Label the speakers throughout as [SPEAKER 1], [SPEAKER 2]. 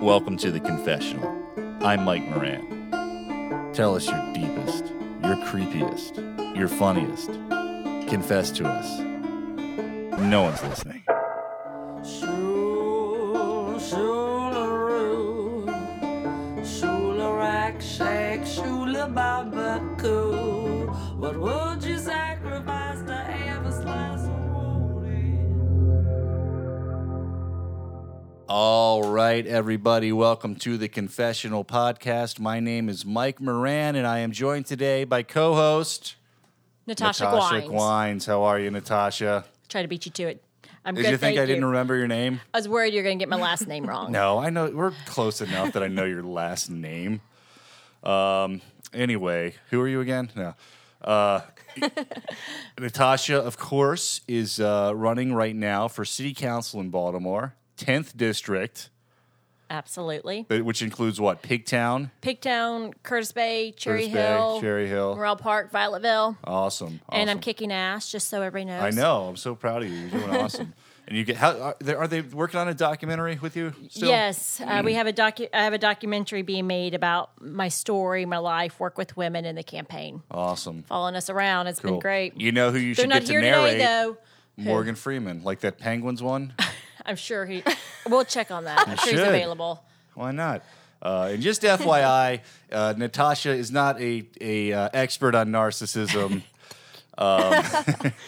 [SPEAKER 1] welcome to the confessional. I'm Mike Moran. Tell us your deepest, your creepiest, your funniest. Confess to us. No one's listening.
[SPEAKER 2] Shoo, shoolaroo. Shoolarack, shake, shoolababacoo. What would you sacrifice to have a slice of woody?
[SPEAKER 1] All right, everybody, welcome to the Confessional Podcast. My name is Mike Moran, and I am joined today by co host
[SPEAKER 3] Natasha,
[SPEAKER 1] Natasha
[SPEAKER 3] Gwines.
[SPEAKER 1] Gwines. How are you, Natasha?
[SPEAKER 3] Try to beat you to it. I'm
[SPEAKER 1] Did
[SPEAKER 3] good.
[SPEAKER 1] you think
[SPEAKER 3] thank
[SPEAKER 1] I didn't
[SPEAKER 3] you.
[SPEAKER 1] remember your name?
[SPEAKER 3] I was worried you're going to get my last name wrong.
[SPEAKER 1] No, I know we're close enough that I know your last name. Um, anyway, who are you again? No. Uh, Natasha, of course, is uh, running right now for city council in Baltimore, 10th district,
[SPEAKER 3] Absolutely.
[SPEAKER 1] uh, which includes what? Pigtown,
[SPEAKER 3] Pigtown, Curtis Bay, Cherry
[SPEAKER 1] Curtis Bay,
[SPEAKER 3] Hill,
[SPEAKER 1] Cherry Hill.
[SPEAKER 3] Morrell Park, Violetville,
[SPEAKER 1] Awesome.
[SPEAKER 3] and I'm
[SPEAKER 1] awesome.
[SPEAKER 3] kicking ass. Just so everybody knows.
[SPEAKER 1] I know. I'm so proud of you. You're doing awesome. And you get how are they, are they working on a documentary with you? Still?
[SPEAKER 3] Yes, uh, we have a docu- I have a documentary being made about my story, my life, work with women, and the campaign.
[SPEAKER 1] Awesome.
[SPEAKER 3] Following us around, It's
[SPEAKER 1] Cool.
[SPEAKER 3] been great.
[SPEAKER 1] You know who you
[SPEAKER 3] They're
[SPEAKER 1] should
[SPEAKER 3] not
[SPEAKER 1] get
[SPEAKER 3] here
[SPEAKER 1] to narrate?
[SPEAKER 3] today, though.
[SPEAKER 1] Morgan Freeman, like that Penguins one.
[SPEAKER 3] I'm sure he. We'll check on that. I'm sure he's
[SPEAKER 1] should.
[SPEAKER 3] available.
[SPEAKER 1] Why not? Uh, and just FYI, uh, Natasha is not a, a uh, expert on narcissism. um,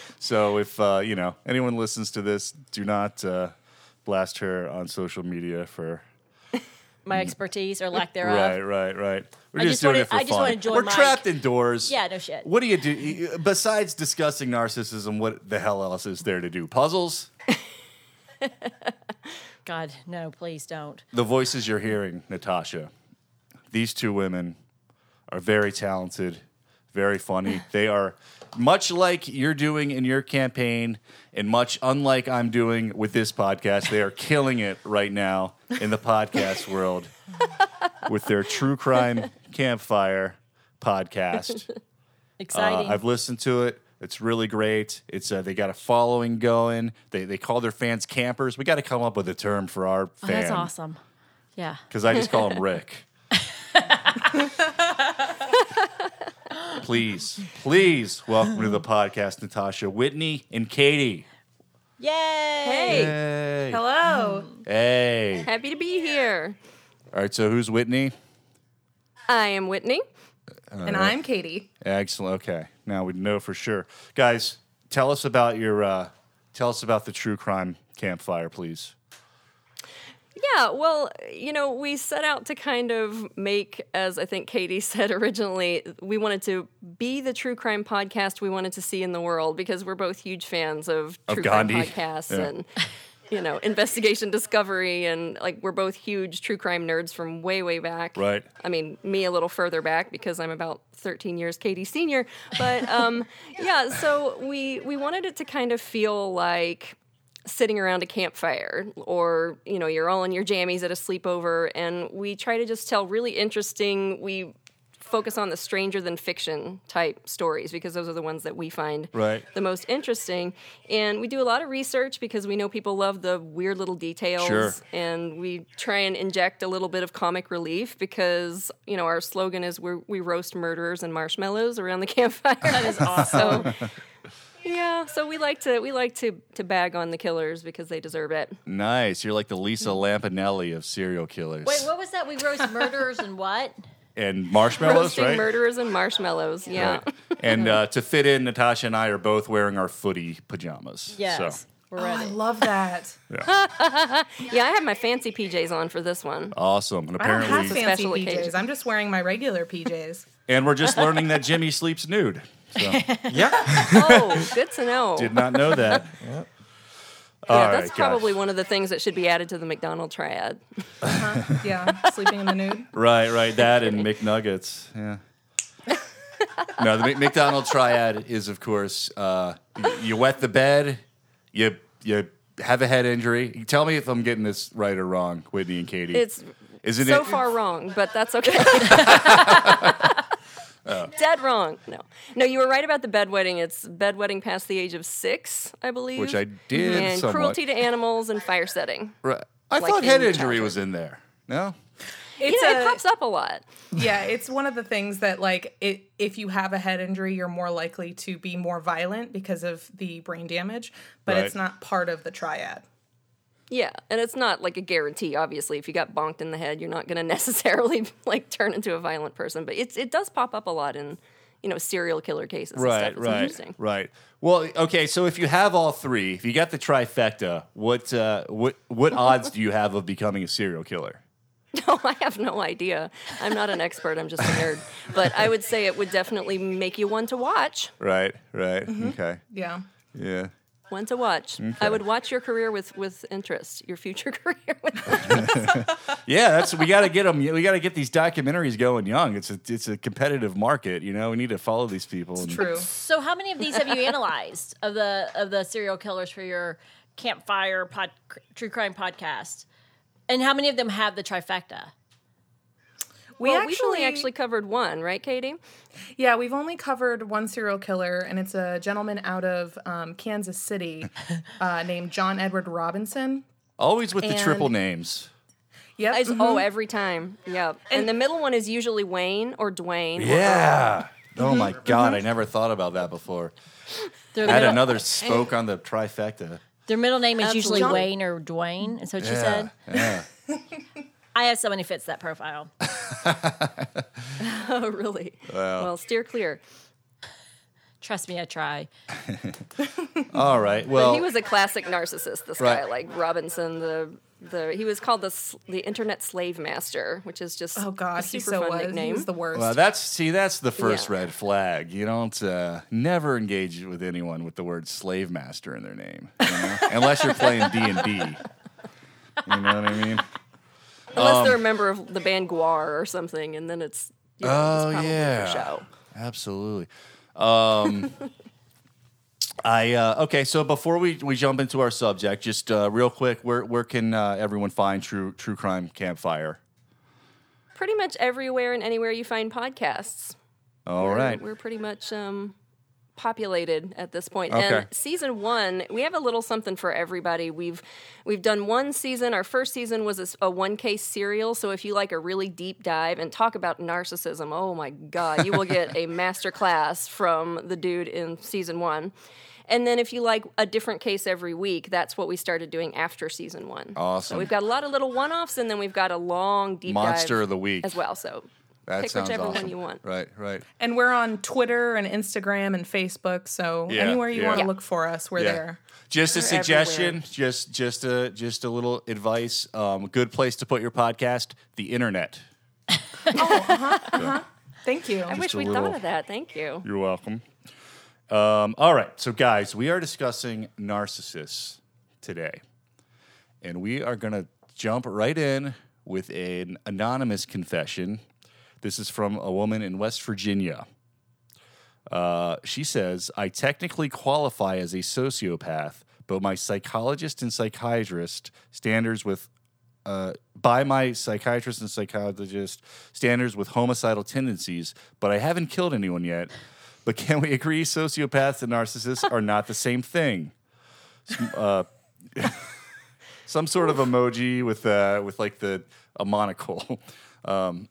[SPEAKER 1] so if uh, you know anyone listens to this, do not uh, blast her on social media for
[SPEAKER 3] My expertise or lack thereof.
[SPEAKER 1] Right, right, right. We're
[SPEAKER 3] I
[SPEAKER 1] just,
[SPEAKER 3] just
[SPEAKER 1] doing
[SPEAKER 3] wanna-
[SPEAKER 1] it for
[SPEAKER 3] I just
[SPEAKER 1] fun.
[SPEAKER 3] wanna join
[SPEAKER 1] We're
[SPEAKER 3] Mike.
[SPEAKER 1] trapped indoors.
[SPEAKER 3] Yeah, no shit.
[SPEAKER 1] What do you do besides discussing narcissism? What the hell else is there to do? Puzzles.
[SPEAKER 3] God, no, please don't.
[SPEAKER 1] The voices you're hearing, Natasha. These two women are very talented, very funny. They are much like you're doing in your campaign, and much unlike I'm doing with this podcast. They are killing it right now in the podcast world with their true crime campfire podcast. Uh,
[SPEAKER 3] Exciting.
[SPEAKER 1] I've listened to it. It's really great. It's uh, they got a following going. They they call their fans campers. We got to come up with a term for our fans.
[SPEAKER 3] Oh, that's awesome. Yeah.
[SPEAKER 1] Because I just call him Rick. please, please welcome to the podcast, Natasha, Whitney, and Katie.
[SPEAKER 3] Yay!
[SPEAKER 4] Hey.
[SPEAKER 1] Hey.
[SPEAKER 4] Hello.
[SPEAKER 1] Hey.
[SPEAKER 4] Happy to be here.
[SPEAKER 1] All right. So who's Whitney?
[SPEAKER 4] I am Whitney.
[SPEAKER 5] And I'm Katie.
[SPEAKER 1] Excellent. Okay. Now we know for sure, guys. Tell us about your. Uh, tell us about the true crime campfire, please.
[SPEAKER 4] Yeah, well, you know, we set out to kind of make, as I think Katie said originally, we wanted to be the true crime podcast we wanted to see in the world because we're both huge fans of
[SPEAKER 1] Of
[SPEAKER 4] true
[SPEAKER 1] Gandhi.
[SPEAKER 4] crime podcasts
[SPEAKER 1] Yeah.
[SPEAKER 4] and, you know, investigation discovery. And like, we're both huge true crime nerds from way, way back.
[SPEAKER 1] Right.
[SPEAKER 4] I mean, me a little further back because I'm about 13 years Katie senior, but um, yeah. So we we wanted it to kind of feel like sitting around a campfire, or you know, you're all in your jammies at a sleepover, and we try to just tell really interesting. We focus on the stranger than fiction type stories because those are the ones that we find
[SPEAKER 1] Right.
[SPEAKER 4] the most interesting. And we do a lot of research because we know people love the weird little details.
[SPEAKER 1] Sure.
[SPEAKER 4] And we try and inject a little bit of comic relief because, you know, our slogan is we we roast murderers and marshmallows around the campfire. That is awesome. yeah. So we like to we like to to bag on the killers because they deserve it.
[SPEAKER 1] Nice. You're like the Lisa Lampanelli of serial killers.
[SPEAKER 3] Wait, what was that? We roast murderers and what?
[SPEAKER 1] And marshmallows,
[SPEAKER 4] Roasting
[SPEAKER 1] right?
[SPEAKER 4] murderers and marshmallows. Yeah.
[SPEAKER 1] Right. And uh, to fit in, Natasha and I are both wearing our footy pajamas.
[SPEAKER 3] Yes.
[SPEAKER 1] So,
[SPEAKER 3] We're
[SPEAKER 5] Oh, I
[SPEAKER 3] ready.
[SPEAKER 5] love that.
[SPEAKER 4] Yeah, I have my fancy PJs on for this one.
[SPEAKER 1] awesome. And
[SPEAKER 5] I don't have
[SPEAKER 1] apparently,
[SPEAKER 5] fancy
[SPEAKER 4] special
[SPEAKER 5] PJs.
[SPEAKER 4] occasion.
[SPEAKER 5] I'm just wearing my regular PJs.
[SPEAKER 1] and we're just learning that Jimmy sleeps nude. So,
[SPEAKER 6] Yeah.
[SPEAKER 4] Oh, good to know.
[SPEAKER 1] did not know that.
[SPEAKER 4] yeah,
[SPEAKER 1] All
[SPEAKER 4] that's
[SPEAKER 1] right, guys.
[SPEAKER 4] probably one of the things that should be added to the McDonald triad.
[SPEAKER 5] Yeah, sleeping in the nude.
[SPEAKER 1] Right, right. That and McNuggets. Yeah. no, the Mc- McDonald triad is, of course, uh, y- you wet the bed, you you have a head injury. You tell me if I'm getting this right or wrong, Whitney and Katie.
[SPEAKER 4] It's
[SPEAKER 1] Isn't
[SPEAKER 4] so
[SPEAKER 1] it?
[SPEAKER 4] far wrong, but that's okay. Dead wrong. No, no, you were right about the bedwetting. It's bedwetting past the age of six, I believe.
[SPEAKER 1] Which I did
[SPEAKER 4] And
[SPEAKER 1] somewhat.
[SPEAKER 4] cruelty to animals and fire setting.
[SPEAKER 1] Right. I
[SPEAKER 4] Like
[SPEAKER 1] thought head
[SPEAKER 4] in
[SPEAKER 1] injury
[SPEAKER 4] childhood.
[SPEAKER 1] was in there. No?
[SPEAKER 5] It's
[SPEAKER 4] You know,
[SPEAKER 5] a-
[SPEAKER 4] it pops up a lot.
[SPEAKER 5] yeah, it's one of the things that like it if you have a head injury, you're more likely to be more violent because of the brain damage, but it's
[SPEAKER 1] Right.
[SPEAKER 5] not part of the triad.
[SPEAKER 4] Yeah, and it's not like a guarantee. Obviously, if you got bonked in the head, you're not going to necessarily like turn into a violent person. But it's it does pop up a lot in you know serial killer cases. and stuff.
[SPEAKER 1] Right,
[SPEAKER 4] It's
[SPEAKER 1] right,
[SPEAKER 4] Interesting.
[SPEAKER 1] right. Well, okay. So if you have all three, if you got the trifecta, what uh, what what odds do you have of becoming a serial killer?
[SPEAKER 4] No, Oh, I have no idea. I'm not an expert. I'm just a nerd. But I would say it would definitely make you one to watch.
[SPEAKER 1] Right, right.
[SPEAKER 4] Mm-hmm.
[SPEAKER 1] Okay,
[SPEAKER 5] Yeah.
[SPEAKER 1] yeah.
[SPEAKER 4] One to watch. I would watch your career with with interest. Your future career. With
[SPEAKER 1] Yeah, that's we got to get them. We got to get these documentaries going young. It's a it's a competitive market. You know, we need to follow these people. and-
[SPEAKER 5] True.
[SPEAKER 3] So, how many of these have you analyzed of the of the serial killers for your campfire pod, true crime podcast? And how many of them have the trifecta?
[SPEAKER 5] We
[SPEAKER 4] well, we've only actually covered one, right, Katie?
[SPEAKER 5] Yeah, we've only covered one serial killer, and it's a gentleman out of um, Kansas City uh, named John Edward Robinson.
[SPEAKER 1] Always with the
[SPEAKER 5] And-
[SPEAKER 1] triple names.
[SPEAKER 5] Yep.
[SPEAKER 4] It's- Oh, every time. Yeah. And, the middle one is usually Wayne or Dwayne.
[SPEAKER 1] Yeah. Oh my
[SPEAKER 4] Mm-hmm,
[SPEAKER 1] God! I never thought about that before.
[SPEAKER 3] Their
[SPEAKER 1] Add
[SPEAKER 3] middle,
[SPEAKER 1] another spoke on the trifecta.
[SPEAKER 3] their middle name is usually
[SPEAKER 5] Absolutely.
[SPEAKER 3] Wayne or Dwayne. Is what she
[SPEAKER 1] Yeah,
[SPEAKER 3] said.
[SPEAKER 1] yeah.
[SPEAKER 3] I have someone who fits that profile.
[SPEAKER 4] Oh, really? Well, steer clear.
[SPEAKER 3] Trust me, I try.
[SPEAKER 1] All right.
[SPEAKER 4] But
[SPEAKER 1] Well,
[SPEAKER 4] he was a classic narcissist. This
[SPEAKER 1] Right.
[SPEAKER 4] guy, like Robinson, the the he was called the s- the internet slave master, which is just
[SPEAKER 5] oh
[SPEAKER 4] a
[SPEAKER 5] God,
[SPEAKER 4] super
[SPEAKER 5] he so
[SPEAKER 4] fun
[SPEAKER 5] was. He
[SPEAKER 4] nickname.
[SPEAKER 5] was the worst.
[SPEAKER 1] Well, that's see, that's the first
[SPEAKER 4] Yeah.
[SPEAKER 1] red flag. You don't uh, never engage with anyone with the word slave master in their name, you know? unless you're playing D and D. You know what I mean?
[SPEAKER 4] Unless
[SPEAKER 1] Um,
[SPEAKER 4] they're a member of the band Guar or something, and then it's you know,
[SPEAKER 1] Oh,
[SPEAKER 4] it's probably
[SPEAKER 1] yeah.
[SPEAKER 4] for show.
[SPEAKER 1] Absolutely. Um, I uh, okay. So before we, we jump into our subject, just uh, real quick, where where can uh, everyone find True True Crime Campfire?
[SPEAKER 4] Pretty much everywhere and anywhere you find podcasts.
[SPEAKER 1] All
[SPEAKER 4] We're-
[SPEAKER 1] right.
[SPEAKER 4] We're pretty much um, populated at this point.
[SPEAKER 1] Okay.
[SPEAKER 4] And season one, we have a little something for everybody. We've we've done one season. Our first season was a s- a one case serial. So if you like a really deep dive and talk about narcissism, oh my god, you will get a master class from the dude in season one. And then if you like a different case every week, that's what we started doing after season one.
[SPEAKER 1] Awesome.
[SPEAKER 4] So we've got a lot of little one offs, and then we've got a long deep
[SPEAKER 1] Monster
[SPEAKER 4] dive
[SPEAKER 1] of the week.
[SPEAKER 4] as well. So
[SPEAKER 1] That
[SPEAKER 4] pick
[SPEAKER 1] sounds
[SPEAKER 4] whichever
[SPEAKER 1] awesome.
[SPEAKER 4] one you want.
[SPEAKER 1] Right. Right.
[SPEAKER 5] and we're on Twitter and Instagram and Facebook, so
[SPEAKER 1] Yeah,
[SPEAKER 5] anywhere you
[SPEAKER 1] yeah.
[SPEAKER 5] want to
[SPEAKER 1] Yeah.
[SPEAKER 5] look for us, we're there.
[SPEAKER 1] Just a
[SPEAKER 4] They're
[SPEAKER 1] suggestion,
[SPEAKER 4] everywhere.
[SPEAKER 1] just just a just a little advice. Um, good place to put your podcast: the internet.
[SPEAKER 5] Thank you.
[SPEAKER 4] I wish
[SPEAKER 1] a
[SPEAKER 4] we
[SPEAKER 1] little-
[SPEAKER 4] thought of that. Thank you.
[SPEAKER 1] You're welcome. Um, all right, so guys, we are discussing narcissists today, and we are going to jump right in with an anonymous confession. This is from a woman in West Virginia. Uh, she says, I technically qualify as a sociopath, but my psychologist and psychiatrist standards with uh, by my psychiatrist and psychologist standards with homicidal tendencies, but I haven't killed anyone yet. But can we agree sociopaths and narcissists are not the same thing? Some, uh, some sort of emoji with uh, with like the a monocle. Um,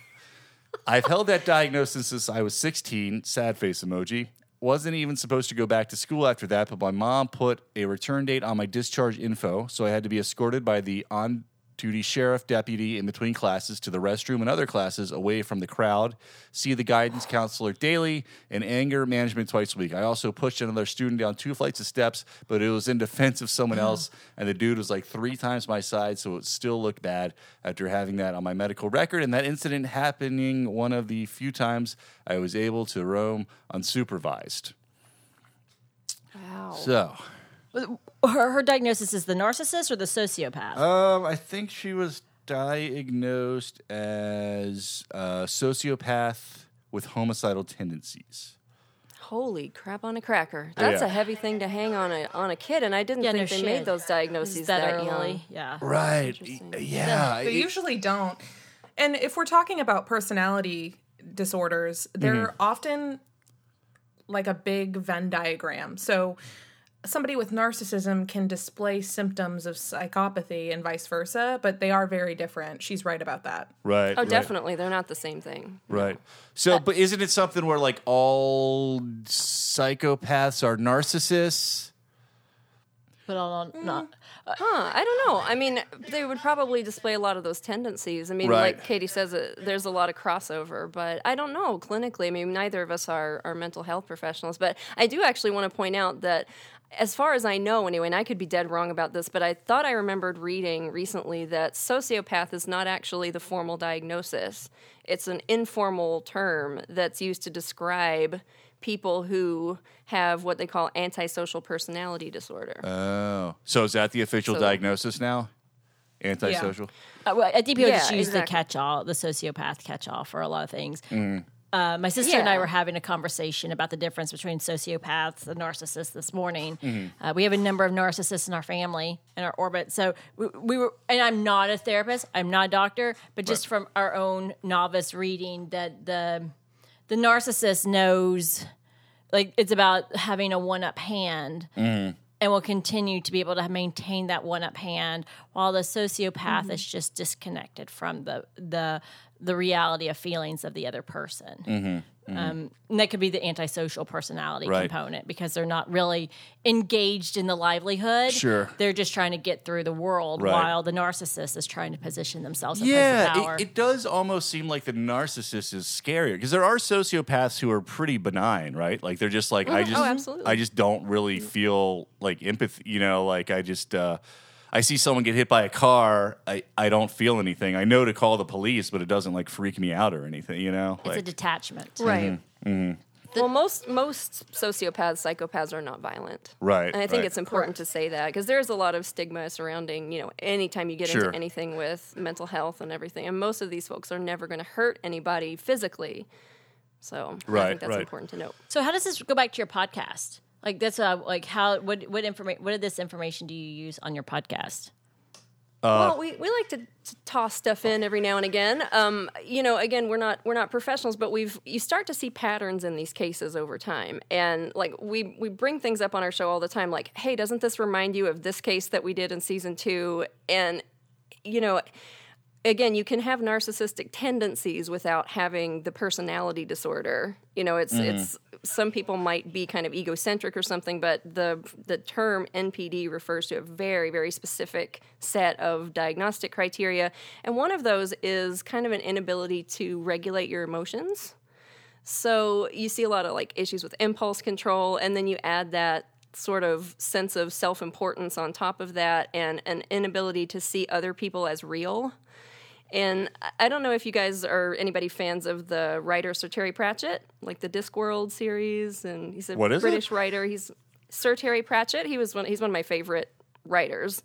[SPEAKER 1] I've held that diagnosis since I was 16. Sad face emoji. Wasn't even supposed to go back to school after that, but my mom put a return date on my discharge info, so I had to be escorted by the on duty sheriff deputy in between classes to the restroom and other classes away from the crowd, see the guidance counselor daily, and anger management twice a week. I also pushed another student down two flights of steps, but it was in defense of someone else, and the dude was like three times my size, so it still looked bad after having that on my medical record. And that incident happening one of the few times I was able to roam unsupervised.
[SPEAKER 4] Wow.
[SPEAKER 1] So,
[SPEAKER 3] Her, her diagnosis is the narcissist or the sociopath.
[SPEAKER 1] um, I think she was diagnosed as a sociopath with homicidal tendencies.
[SPEAKER 4] Holy crap on a cracker. That's
[SPEAKER 1] Yeah.
[SPEAKER 4] a heavy thing to hang on a on a kid, and I didn't
[SPEAKER 3] Yeah,
[SPEAKER 4] think
[SPEAKER 3] no
[SPEAKER 4] they
[SPEAKER 3] shit.
[SPEAKER 4] made those diagnoses
[SPEAKER 3] Is
[SPEAKER 4] that,
[SPEAKER 3] that
[SPEAKER 4] young.
[SPEAKER 3] early? Yeah.
[SPEAKER 1] Right. Yeah.
[SPEAKER 5] They usually don't. And if we're talking about personality
[SPEAKER 1] Mm-hmm.
[SPEAKER 5] disorders, they're often like a big Venn diagram. So somebody with narcissism can display symptoms of psychopathy and vice versa, but they are very different. She's right about that.
[SPEAKER 1] Right.
[SPEAKER 4] Oh,
[SPEAKER 1] right,
[SPEAKER 4] definitely. They're not the same thing.
[SPEAKER 1] Right. So, but isn't it something where like all psychopaths are narcissists?
[SPEAKER 3] But I'll not.
[SPEAKER 4] Huh, I don't know. I mean, they would probably display a lot of those tendencies. I mean,
[SPEAKER 1] Right.
[SPEAKER 4] like Katie says, uh, there's a lot of crossover, but I don't know clinically. I mean, neither of us are, are mental health professionals, but I do actually want to point out that, as far as I know, anyway, and I could be dead wrong about this, but I thought I remembered reading recently that sociopath is not actually the formal diagnosis, it's an informal term that's used to describe people who have what they call antisocial personality disorder.
[SPEAKER 1] Oh. So is that the official
[SPEAKER 4] So-
[SPEAKER 1] diagnosis now? Antisocial.
[SPEAKER 3] Uh, well, at DPO,
[SPEAKER 4] Yeah,
[SPEAKER 3] just use the
[SPEAKER 4] exactly.
[SPEAKER 3] catch-all, the sociopath catch-all for a lot of things. Uh, my sister and I
[SPEAKER 4] Yeah.
[SPEAKER 3] were having a conversation about the difference between sociopaths and narcissists this morning. Uh, we have a number of narcissists in our family in our orbit, so we, we were. And I'm not a therapist. I'm not a doctor, but just from our own novice reading, that the the narcissist knows, like it's about having a one-up hand
[SPEAKER 1] Mm-hmm.
[SPEAKER 3] and will continue to be able to maintain that one up hand while the sociopath is just disconnected from the the the reality of feelings of the other person Um, and that could be the antisocial personality
[SPEAKER 1] Mm-hmm. Right.
[SPEAKER 3] component because they're not really engaged in the livelihood
[SPEAKER 1] Sure.
[SPEAKER 3] they're just trying to get through the world
[SPEAKER 1] Right.
[SPEAKER 3] while the narcissist is trying to position themselves in place of
[SPEAKER 1] Yeah,
[SPEAKER 3] power
[SPEAKER 1] it, it does almost seem like the narcissist is scarier because there are sociopaths who are pretty benign, right? Like they're just like I just,
[SPEAKER 4] absolutely.
[SPEAKER 1] I just don't really feel like empathy. You know, like I just, uh, I see someone get hit by a car, I, I don't feel anything. I know to call the police, but it doesn't like freak me out or anything. You know,
[SPEAKER 3] it's a
[SPEAKER 1] like,
[SPEAKER 3] detachment
[SPEAKER 4] Right.
[SPEAKER 1] Mm-hmm.
[SPEAKER 4] well, most most sociopaths, psychopaths are not violent.
[SPEAKER 1] Right,
[SPEAKER 4] And I think
[SPEAKER 1] right.
[SPEAKER 4] it's important to say that because there's a lot of stigma surrounding, you know, anytime you get
[SPEAKER 1] Sure.
[SPEAKER 4] into anything with mental health and everything. And most of these folks are never going to hurt anybody physically. So I
[SPEAKER 1] Right,
[SPEAKER 4] think that's
[SPEAKER 1] right.
[SPEAKER 4] important to note.
[SPEAKER 3] So how does this go back to your podcast? Like that's uh, like how what what information what of this information do you use on your podcast?
[SPEAKER 4] well, we, we like to, to toss stuff in every now and again. Um, you know, again, we're not we're not professionals, but we've you start to see patterns in these cases over time, and like we we bring things up on our show all the time, like, hey, doesn't this remind you of this case that we did in season two? And you know. Again, you can have narcissistic tendencies without having the personality disorder. You know, it's it's some people might be kind of egocentric or something, but the the term NPD refers to a very very specific set of diagnostic criteria, and one of those is kind of an inability to regulate your emotions. So you see a lot of like issues with impulse control, and then you add that sort of sense of self importance on top of that, and an inability to see other people as real. And I- I don't know if you guys are anybody fans of the writer Sir Terry Pratchett, like the Discworld series, and he's a
[SPEAKER 1] What is it?
[SPEAKER 4] British writer. He's Sir Terry Pratchett. He was one. He's one of my favorite writers.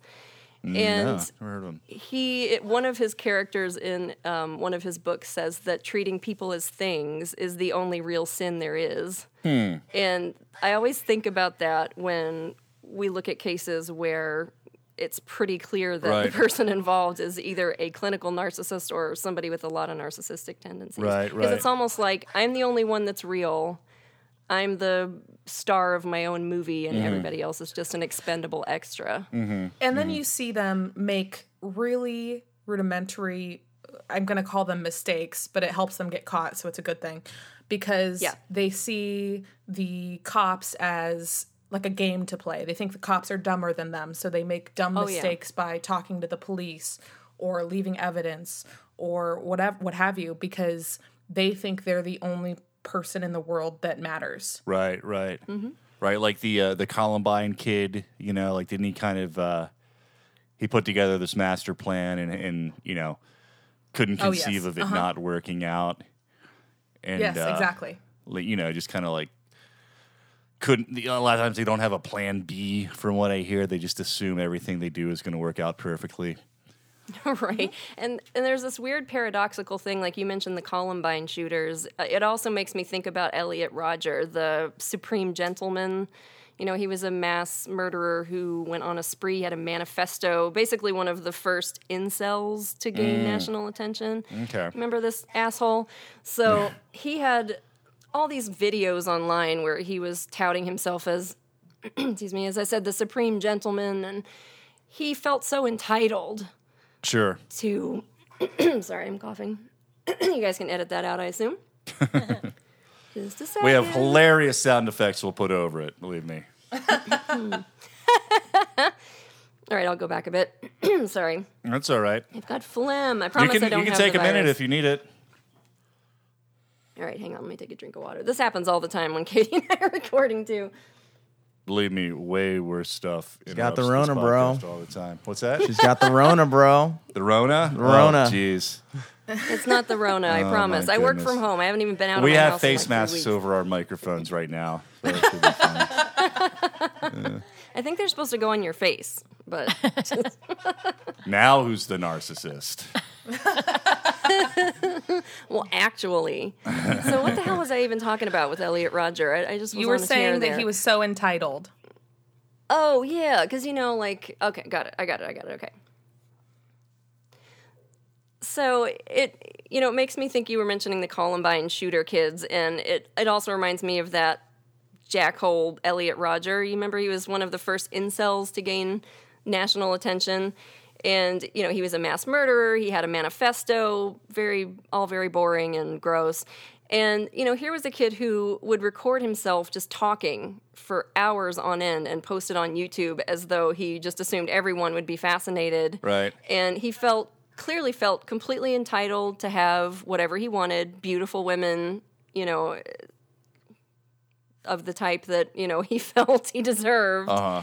[SPEAKER 4] And
[SPEAKER 1] Yeah, never heard of 'em.
[SPEAKER 4] he it, one of his characters in um, one of his books says that treating people as things is the only real sin there is
[SPEAKER 1] Hmm.
[SPEAKER 4] and i always think about that when we look at cases where it's pretty clear that
[SPEAKER 1] Right.
[SPEAKER 4] the person involved is either a clinical narcissist or somebody with a lot of narcissistic tendencies
[SPEAKER 1] Right, right.
[SPEAKER 4] because it's almost like i'm the only one that's real I'm the star of my own movie,
[SPEAKER 1] Mm-hmm.
[SPEAKER 4] and everybody else is just an expendable extra.
[SPEAKER 5] And
[SPEAKER 1] Mm-hmm.
[SPEAKER 5] then you see them make really rudimentary, I'm going to call them mistakes, but it helps them get caught. So it's a good thing because
[SPEAKER 4] Yeah.
[SPEAKER 5] they see the cops as like a game to play. They think the cops are dumber than them. So they make dumb
[SPEAKER 4] Oh, yeah.
[SPEAKER 5] mistakes by talking to the police or leaving evidence or whatever, what have you, because they think they're the only person in the world that matters.
[SPEAKER 1] Right, right,
[SPEAKER 4] Mm-hmm.
[SPEAKER 1] right. Like the uh, the Columbine kid, you know, like didn't he kind of uh, he put together this master plan and and you know couldn't
[SPEAKER 5] Oh, yes.
[SPEAKER 1] conceive of
[SPEAKER 4] Uh-huh.
[SPEAKER 1] it not working out. And,
[SPEAKER 5] yes,
[SPEAKER 1] uh,
[SPEAKER 5] exactly.
[SPEAKER 1] Like, you know, just kind of like couldn't. A lot of times they don't have a plan B. From what I hear, they just assume everything they do is going to work out perfectly.
[SPEAKER 4] right and and there's this weird paradoxical thing like you mentioned the columbine shooters Uh, it also makes me think about elliot roger the supreme gentleman you know he was a mass murderer who went on a spree had a manifesto basically one of the first incels to gain national attention
[SPEAKER 1] Okay.
[SPEAKER 4] remember this asshole so he had all these videos online where he was touting himself as excuse me, as I said, the supreme gentleman, and he felt so entitled
[SPEAKER 1] Sure.
[SPEAKER 4] to. sorry, I'm coughing. you guys can edit that out, I assume. Just a second.
[SPEAKER 1] We have hilarious sound effects we'll put over it, believe me.
[SPEAKER 4] All right, I'll go back a bit. sorry,
[SPEAKER 1] That's all right.
[SPEAKER 4] I've got phlegm. I
[SPEAKER 1] You
[SPEAKER 4] promise
[SPEAKER 1] can
[SPEAKER 4] I don't
[SPEAKER 1] you can
[SPEAKER 4] have
[SPEAKER 1] take
[SPEAKER 4] the
[SPEAKER 1] a minute
[SPEAKER 4] virus.
[SPEAKER 1] if you need it.
[SPEAKER 4] All right, hang on. Let me take a drink of water. This happens all the time when Katie and I are recording too.
[SPEAKER 1] Believe me, way worse stuff.
[SPEAKER 6] got the
[SPEAKER 1] interrupts this
[SPEAKER 6] Rona, bro.
[SPEAKER 1] podcast All the time. What's that?
[SPEAKER 6] She's got the Rona, bro.
[SPEAKER 1] the Rona. The
[SPEAKER 6] Rona.
[SPEAKER 1] Jeez.
[SPEAKER 4] It's not the Rona, I promise. I work
[SPEAKER 1] Oh, goodness.
[SPEAKER 4] from home. I haven't even been out. of
[SPEAKER 1] we
[SPEAKER 4] my
[SPEAKER 1] have
[SPEAKER 4] house in, like,
[SPEAKER 1] face
[SPEAKER 4] three
[SPEAKER 1] masks
[SPEAKER 4] weeks.
[SPEAKER 1] over our microphones right now. so it should be fine.
[SPEAKER 4] I think they're supposed to go on your face, but
[SPEAKER 1] now who's the narcissist?
[SPEAKER 4] well, actually. So what the hell was I even talking about with Elliot Roger? I, I just was
[SPEAKER 5] You
[SPEAKER 4] on
[SPEAKER 5] were
[SPEAKER 4] a tear
[SPEAKER 5] saying that
[SPEAKER 4] there.
[SPEAKER 5] he was so entitled.
[SPEAKER 4] Oh yeah, because you know, like okay, got it, I got it, I got it, okay. So it you know it makes me think you were mentioning the Columbine shooter kids, and it it also reminds me of that jackhole Elliot Roger. You remember he was one of the first incels to gain national attention, and you know he was a mass murderer. He had a manifesto, very all very boring and gross. And you know here was a kid who would record himself just talking for hours on end and post it on YouTube as though he just assumed everyone would be fascinated
[SPEAKER 1] Right.
[SPEAKER 4] and he felt clearly felt completely entitled to have whatever he wanted beautiful women you know of the type that you know he felt he deserved
[SPEAKER 1] Uh-huh.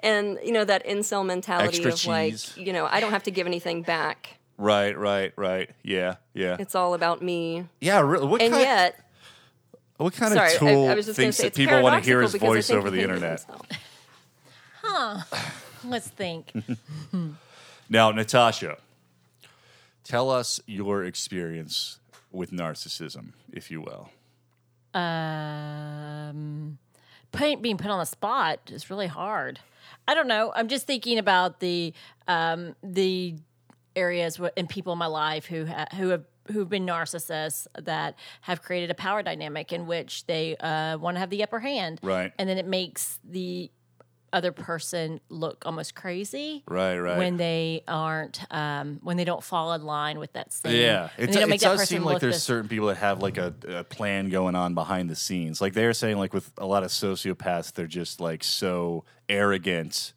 [SPEAKER 4] and you know that incel mentality
[SPEAKER 1] Extra
[SPEAKER 4] of like
[SPEAKER 1] cheese.
[SPEAKER 4] you know i don't have to give anything back
[SPEAKER 1] Right, right, right. Yeah, yeah,
[SPEAKER 4] it's all about me
[SPEAKER 1] yeah. Really, what
[SPEAKER 4] and
[SPEAKER 1] kind?
[SPEAKER 4] yet
[SPEAKER 1] what kind
[SPEAKER 4] sorry
[SPEAKER 1] of
[SPEAKER 4] I-
[SPEAKER 1] tool
[SPEAKER 4] I, was just going
[SPEAKER 1] thinks
[SPEAKER 4] to say
[SPEAKER 1] that
[SPEAKER 4] it's
[SPEAKER 1] people want to hear
[SPEAKER 4] paradoxical
[SPEAKER 1] his
[SPEAKER 4] because I
[SPEAKER 1] voice
[SPEAKER 4] think
[SPEAKER 1] over
[SPEAKER 4] he
[SPEAKER 1] the
[SPEAKER 4] hates
[SPEAKER 1] internet?
[SPEAKER 4] himself.
[SPEAKER 3] Let's think.
[SPEAKER 1] Now, Natasha, tell us your experience with narcissism, if you will.
[SPEAKER 3] um, put, being put on the spot is really hard. I don't know. I'm just thinking about the um, the areas wh- and people in my life who ha- who have who've been narcissists that have created a power dynamic in which they uh, want to have the upper hand,
[SPEAKER 1] Right.
[SPEAKER 3] And then it makes the other person look almost crazy,
[SPEAKER 1] Right, right.
[SPEAKER 3] When they aren't, um, when they don't fall in line with that same,
[SPEAKER 1] Yeah,
[SPEAKER 3] when
[SPEAKER 1] it,
[SPEAKER 3] they don't
[SPEAKER 1] it
[SPEAKER 3] make that
[SPEAKER 1] does
[SPEAKER 3] person
[SPEAKER 1] seem like
[SPEAKER 3] look
[SPEAKER 1] there's
[SPEAKER 3] this-
[SPEAKER 1] certain people that have like a, a plan going on behind the scenes. Like they're saying, like with a lot of sociopaths, they're just like so arrogant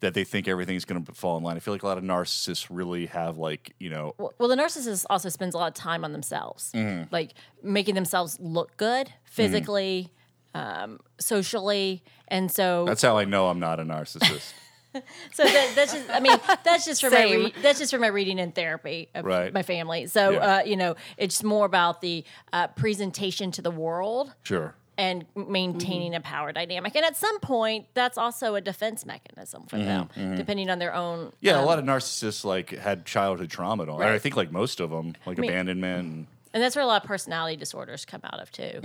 [SPEAKER 1] that they think everything's going to fall in line. I feel like a lot of narcissists really have like you know
[SPEAKER 3] Well, well, the narcissist also spends a lot of time on themselves,
[SPEAKER 1] Mm-hmm.
[SPEAKER 3] like making themselves look good physically, um, socially, and so
[SPEAKER 1] That's how I know I'm not a narcissist.
[SPEAKER 3] so that, that's just. I mean, that's just from my
[SPEAKER 4] Same.
[SPEAKER 3] re- that's just from my reading and therapy of
[SPEAKER 1] Right.
[SPEAKER 3] my family. So
[SPEAKER 1] Yeah.
[SPEAKER 3] uh, you know, it's more about the uh, presentation to the world
[SPEAKER 1] sure.
[SPEAKER 3] and maintaining
[SPEAKER 1] Mm-hmm.
[SPEAKER 3] a power dynamic, and at some point, that's also a defense mechanism for them, depending on their own.
[SPEAKER 1] Mm-hmm, Yeah, a lot of narcissists like had childhood trauma. And all. I think like most of them, like
[SPEAKER 3] mean-
[SPEAKER 1] abandonment. And,
[SPEAKER 3] and that's where a lot of personality disorders come out of too.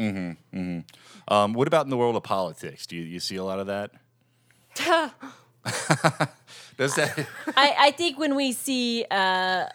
[SPEAKER 1] Mm-hmm. um, what about in the world of politics? Do you, you see a lot of that? Does that?
[SPEAKER 3] I, I think when we see uh,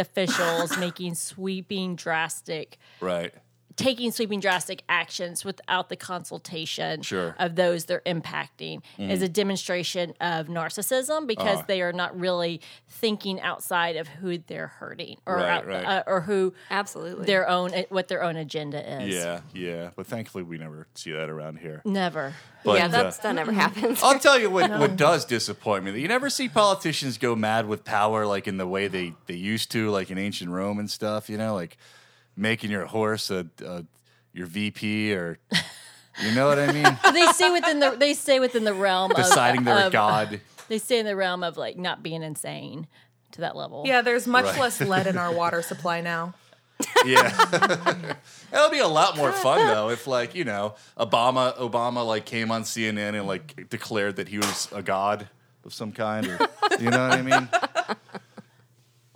[SPEAKER 3] officials making sweeping, drastic,
[SPEAKER 1] right.
[SPEAKER 3] taking sweeping, drastic actions without the consultation
[SPEAKER 1] Sure. Mm-hmm.
[SPEAKER 3] of those they're impacting is a demonstration of narcissism because
[SPEAKER 1] Ah.
[SPEAKER 3] they are not really thinking outside of who they're hurting or
[SPEAKER 1] Right,
[SPEAKER 3] out-
[SPEAKER 1] right.
[SPEAKER 3] Uh, or who
[SPEAKER 4] absolutely
[SPEAKER 3] their own eh, what their own agenda is.
[SPEAKER 1] Yeah, yeah. But thankfully, we never see that around here.
[SPEAKER 3] Never.
[SPEAKER 1] But,
[SPEAKER 4] Mm. yeah
[SPEAKER 1] uh,
[SPEAKER 4] that's that never happens
[SPEAKER 1] I'll tell you what, what does disappoint me. You never see politicians go mad with power like in the way they, they used to, like in ancient Rome and stuff, you know, like making your horse a, a your VP or you know what I mean?
[SPEAKER 3] they stay within the they stay within the realm
[SPEAKER 1] Deciding
[SPEAKER 3] of,
[SPEAKER 1] they're a
[SPEAKER 3] of-
[SPEAKER 1] god.
[SPEAKER 3] They stay in the realm of like not being insane to that level.
[SPEAKER 5] Yeah, there's much
[SPEAKER 1] Right.
[SPEAKER 5] less lead in our water supply now.
[SPEAKER 1] Yeah. that would be a lot more fun though if like, you know, Obama Obama like came on CNN and like declared that he was a god of some kind or you know what I mean?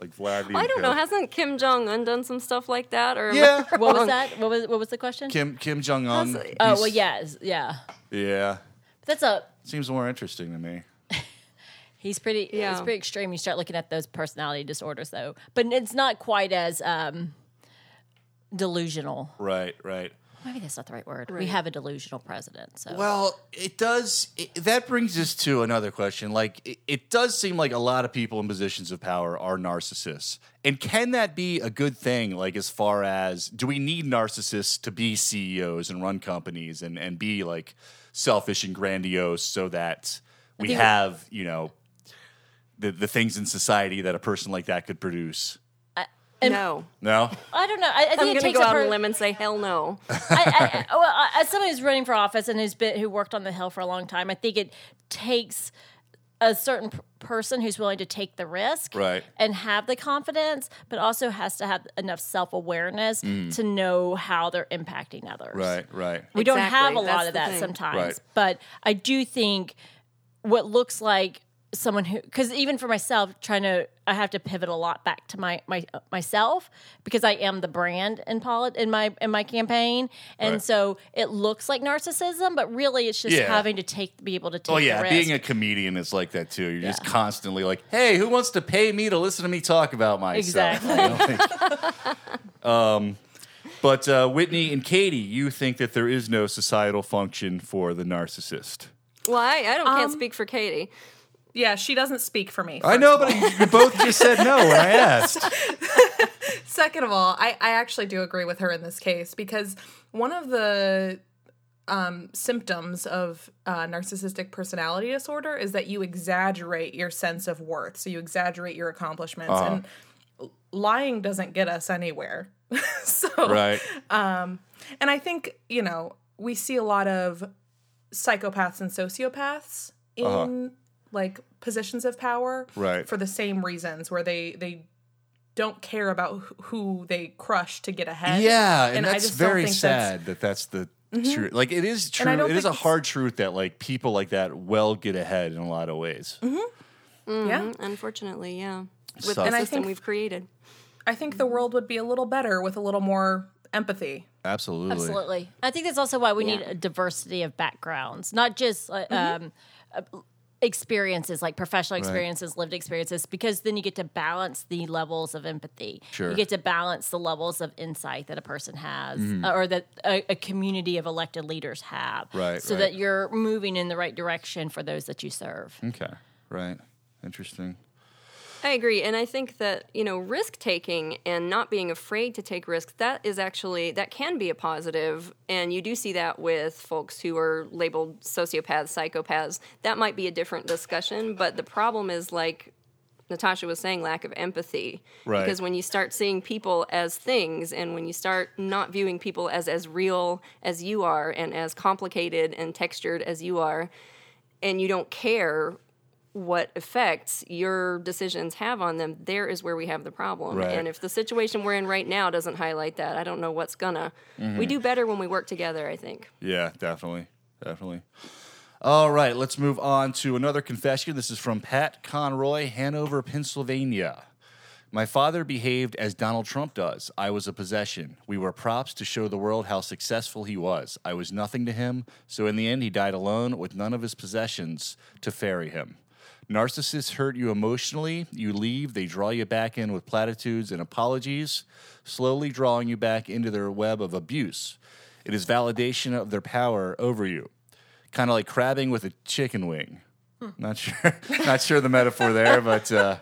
[SPEAKER 1] Like Vladimir.
[SPEAKER 4] i don't know hasn't kim jong-un done some stuff like that or am I
[SPEAKER 1] Yeah.
[SPEAKER 3] What was
[SPEAKER 4] wrong?
[SPEAKER 3] that? What was what was the question?
[SPEAKER 1] Kim Kim Jong Un.
[SPEAKER 4] That's-
[SPEAKER 3] oh well, yes, yeah.
[SPEAKER 1] Yeah.
[SPEAKER 3] That's a
[SPEAKER 1] Seems more interesting to me.
[SPEAKER 3] he's pretty yeah.
[SPEAKER 4] Yeah.
[SPEAKER 3] he's pretty extreme. You start looking at those personality disorders though, but it's not quite as um, delusional.
[SPEAKER 1] Right, right.
[SPEAKER 3] maybe that's not the right word. We have a delusional president. So
[SPEAKER 1] Well, it does. It, that brings us to another question. Like, it, it does seem like a lot of people in positions of power are narcissists. And can that be a good thing? Like, as far as do we need narcissists to be CEOs and run companies and, and be like selfish and grandiose so that we
[SPEAKER 3] think-
[SPEAKER 1] have, you know, the, the things in society that a person like that could produce?
[SPEAKER 4] no.
[SPEAKER 1] No?
[SPEAKER 3] I don't know. I, I think
[SPEAKER 4] I'm
[SPEAKER 3] it
[SPEAKER 4] going to
[SPEAKER 3] takes
[SPEAKER 4] go
[SPEAKER 3] a
[SPEAKER 4] out on
[SPEAKER 3] per-
[SPEAKER 4] a limb and say, hell no.
[SPEAKER 3] I, I, well, I- as somebody who's running for office and who's been who worked on the Hill for a long time, I think it takes a certain p- person who's willing to take the risk
[SPEAKER 1] Right.
[SPEAKER 3] and have the confidence, but also has to have enough self awareness to know how they're impacting others.
[SPEAKER 1] Mm. Right, right.
[SPEAKER 3] We don't have a
[SPEAKER 4] Exactly.
[SPEAKER 3] lot
[SPEAKER 4] That's
[SPEAKER 3] of
[SPEAKER 4] the
[SPEAKER 3] that
[SPEAKER 4] thing.
[SPEAKER 3] sometimes,
[SPEAKER 1] Right.
[SPEAKER 3] but I do think what looks like someone who because even for myself trying to i have to pivot a lot back to my, my myself because i am the brand in polit in my in my campaign and
[SPEAKER 1] Right.
[SPEAKER 3] so it looks like narcissism but really it's just
[SPEAKER 1] Yeah.
[SPEAKER 3] having to take be able to take
[SPEAKER 1] Oh
[SPEAKER 3] the
[SPEAKER 1] yeah,
[SPEAKER 3] risk.
[SPEAKER 1] being a comedian is like that too. You're just constantly like, "Hey, who wants to pay me to listen to me talk about myself?"
[SPEAKER 3] Exactly.
[SPEAKER 1] You know, like- um, but uh, Whitney and Katie, you think that there is no societal function for the narcissist.
[SPEAKER 4] Well, I, I don't, can't speak for Katie.
[SPEAKER 5] Yeah, she doesn't speak for me.
[SPEAKER 1] I know, but you both just said no when I asked.
[SPEAKER 5] Second of all, I, I actually do agree with her in this case because one of the um, symptoms of uh, narcissistic personality disorder is that you exaggerate your sense of worth. So you exaggerate your accomplishments,
[SPEAKER 1] Uh-huh.
[SPEAKER 5] and lying doesn't get us anywhere. so,
[SPEAKER 1] Right.
[SPEAKER 5] and I think, you know, we see a lot of psychopaths and sociopaths in like positions of power
[SPEAKER 1] Uh-huh. Right.
[SPEAKER 5] for the same reasons where they they don't care about wh- who they crush to get ahead.
[SPEAKER 1] Yeah, and,
[SPEAKER 5] I
[SPEAKER 1] that's
[SPEAKER 5] just don't
[SPEAKER 1] very
[SPEAKER 5] think that's- Mm-hmm.
[SPEAKER 1] sad that that's the truth. Like it is true.
[SPEAKER 5] I don't
[SPEAKER 1] It is a
[SPEAKER 5] think it's-
[SPEAKER 1] hard truth that like people like that well get ahead in a lot of ways.
[SPEAKER 5] Mm-hmm. Yeah.
[SPEAKER 4] Unfortunately, yeah. With
[SPEAKER 1] Sucks.
[SPEAKER 4] the
[SPEAKER 1] And
[SPEAKER 5] I
[SPEAKER 4] system
[SPEAKER 5] think-
[SPEAKER 4] we've created.
[SPEAKER 5] I think the world would be a little better with a little more empathy.
[SPEAKER 1] Absolutely.
[SPEAKER 3] Absolutely. I think that's also why we need a diversity of backgrounds, not just uh,
[SPEAKER 1] Mm-hmm.
[SPEAKER 3] um, uh, experiences like professional experiences, lived experiences, because then you get to balance the levels of empathy.
[SPEAKER 1] Sure.
[SPEAKER 3] You get to balance the levels of insight that a person has
[SPEAKER 1] Mm-hmm.
[SPEAKER 3] uh, or that a, a community of elected leaders have.
[SPEAKER 1] Right,
[SPEAKER 3] So
[SPEAKER 1] right.
[SPEAKER 3] that you're moving in the right direction for those that you serve.
[SPEAKER 1] Okay. Right. Interesting.
[SPEAKER 4] I agree. And I think that, you know, risk taking and not being afraid to take risks, that is actually, that can be a positive. And you do see that with folks who are labeled sociopaths, psychopaths. That might be a different discussion. But the problem is, like Natasha was saying, lack of empathy.
[SPEAKER 1] Right.
[SPEAKER 4] Because when you start seeing people as things and when you start not viewing people as as real as you are and as complicated and textured as you are, and you don't care what effects your decisions have on them, there is where we have the problem.
[SPEAKER 1] Right.
[SPEAKER 4] And if the situation we're in right now doesn't highlight that, I don't know what's gonna. We do better when we work together, I think.
[SPEAKER 1] Yeah, definitely. Definitely. All right, let's move on to another confession. This is from Pat Conroy, Hanover, Pennsylvania. My father behaved as Donald Trump does. I was a possession. We were props to show the world how successful he was. I was nothing to him, so in the end, he died alone with none of his possessions to ferry him. Narcissists hurt you emotionally. You leave, they draw you back in with platitudes and apologies, slowly drawing you back into their web of abuse. It is validation of their power over you kind of like crabbing with a chicken wing. Not sure, not sure the metaphor there, but uh,